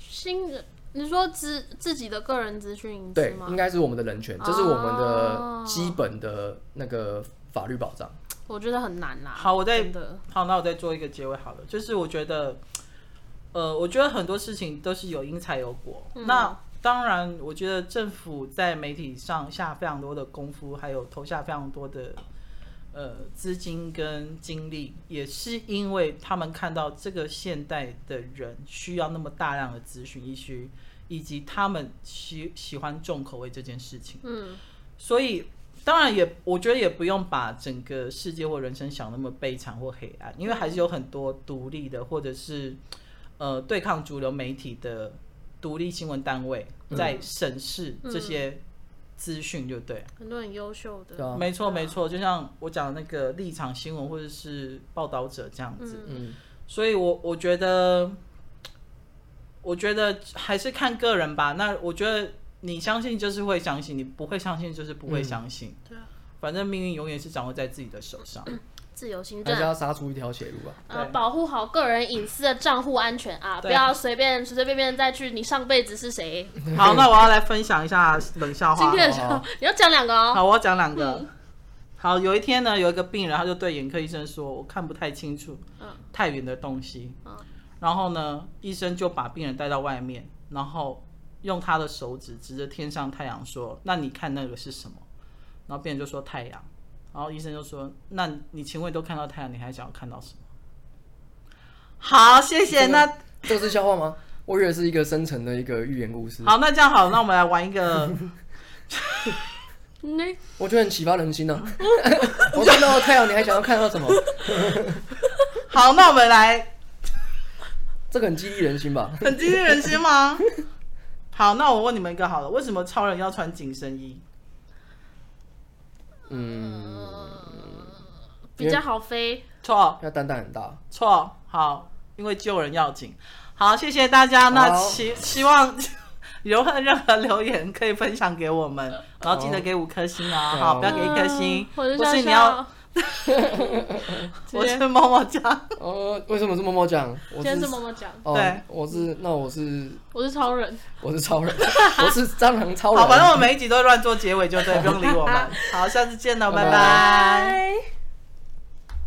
Speaker 1: 新人，你说自自己的个人资讯隐私
Speaker 2: 对，
Speaker 1: 吗
Speaker 2: 应？该是我们的人权，这是我们
Speaker 1: 哦
Speaker 2: 的基本的那个法律保障。
Speaker 1: 我觉得很难啦。
Speaker 3: 好我再
Speaker 1: 真的，
Speaker 3: 好，那我再做一个结尾好了。就是我觉得，呃，我觉得很多事情都是有因才有果。那当然，我觉得政府在媒体上下非常多的功夫，还有投下非常多的呃资金跟精力，也是因为他们看到这个现代的人需要那么大量的资讯，以及以及他们喜喜欢重口味这件事情。
Speaker 1: 嗯，
Speaker 3: 所以当然也，我觉得也不用把整个世界或人生想那么悲惨或黑暗，因为还是有很多独立的或者是呃对抗主流媒体的独立新闻单位在审视这些资讯，就对。
Speaker 1: 很多很优秀的，
Speaker 2: 对啊
Speaker 3: 没错，没错，就像我讲的那个立场新闻或者是报道者这样子，
Speaker 2: 嗯，
Speaker 3: 所以我我觉得，我觉得还是看个人吧。那我觉得你相信就是会相信，你不会相信就是不会相信。
Speaker 1: 对啊，
Speaker 3: 反正命运永远是掌握在自己的手 上。
Speaker 1: 自由行
Speaker 2: 还是
Speaker 1: 政。
Speaker 2: 要杀出一条血路吧。
Speaker 1: 啊，
Speaker 3: 对
Speaker 1: 保护好个人隐私的账户安全啊，不
Speaker 3: 对
Speaker 1: 要随便随随便便再去你上辈子是谁。
Speaker 3: 好，那我要来分享一下冷笑话。
Speaker 1: 今天的 时
Speaker 2: 好哦好
Speaker 1: 候你要讲两个哦。
Speaker 3: 嗯好，我要讲两个。好，有一天呢，有一个病人，他就对眼科医生说：“我看不太清楚，太远的东西。”然后呢，医生就把病人带到外面，然后用他的手指指着天上太阳说：“那你看那个是什么？”然后病人就说：“太阳。”然后医生就说：“那你请问都看到太阳，你还想要看到什么？”好，谢谢。
Speaker 2: 这个
Speaker 3: 那
Speaker 2: 这是笑话吗？我以为是一个深层的一个寓言故事，
Speaker 3: 好，那这样好，那我们来玩一个
Speaker 1: 那
Speaker 2: 我觉得很启发人心呢、啊 我看到了太阳，你还想要看到什么？
Speaker 3: 好，那我们来
Speaker 2: 这个很激励人 心吧？
Speaker 3: 很激励人心吗？ 好，那我问你们一个好了，为什么超人要穿紧身衣？
Speaker 2: 嗯，
Speaker 1: 比较好飞。
Speaker 3: 错
Speaker 2: 要担当很大。
Speaker 3: 错，好，因为救人要紧。好，谢谢大家。那
Speaker 2: 好
Speaker 3: 希希望 有任何留言可以分享给我们，然后记得给五颗星啊，
Speaker 2: 好
Speaker 3: 好，不要给一颗星，
Speaker 1: 嗯啊或者
Speaker 3: 不
Speaker 1: 像
Speaker 3: 是你要，
Speaker 1: 像
Speaker 3: 我是默默讲，
Speaker 2: 呃，为什么是默默讲？
Speaker 1: 今
Speaker 2: 我是
Speaker 1: 天是么么讲，
Speaker 2: 哦
Speaker 3: 对，
Speaker 2: 我是那我是
Speaker 1: 我是超人，
Speaker 2: 我是超人， 我是蟑螂超 人。
Speaker 3: 好，反正我每一集都乱做结尾就对，不用理我们。好，下次见了，拜拜。
Speaker 1: 拜。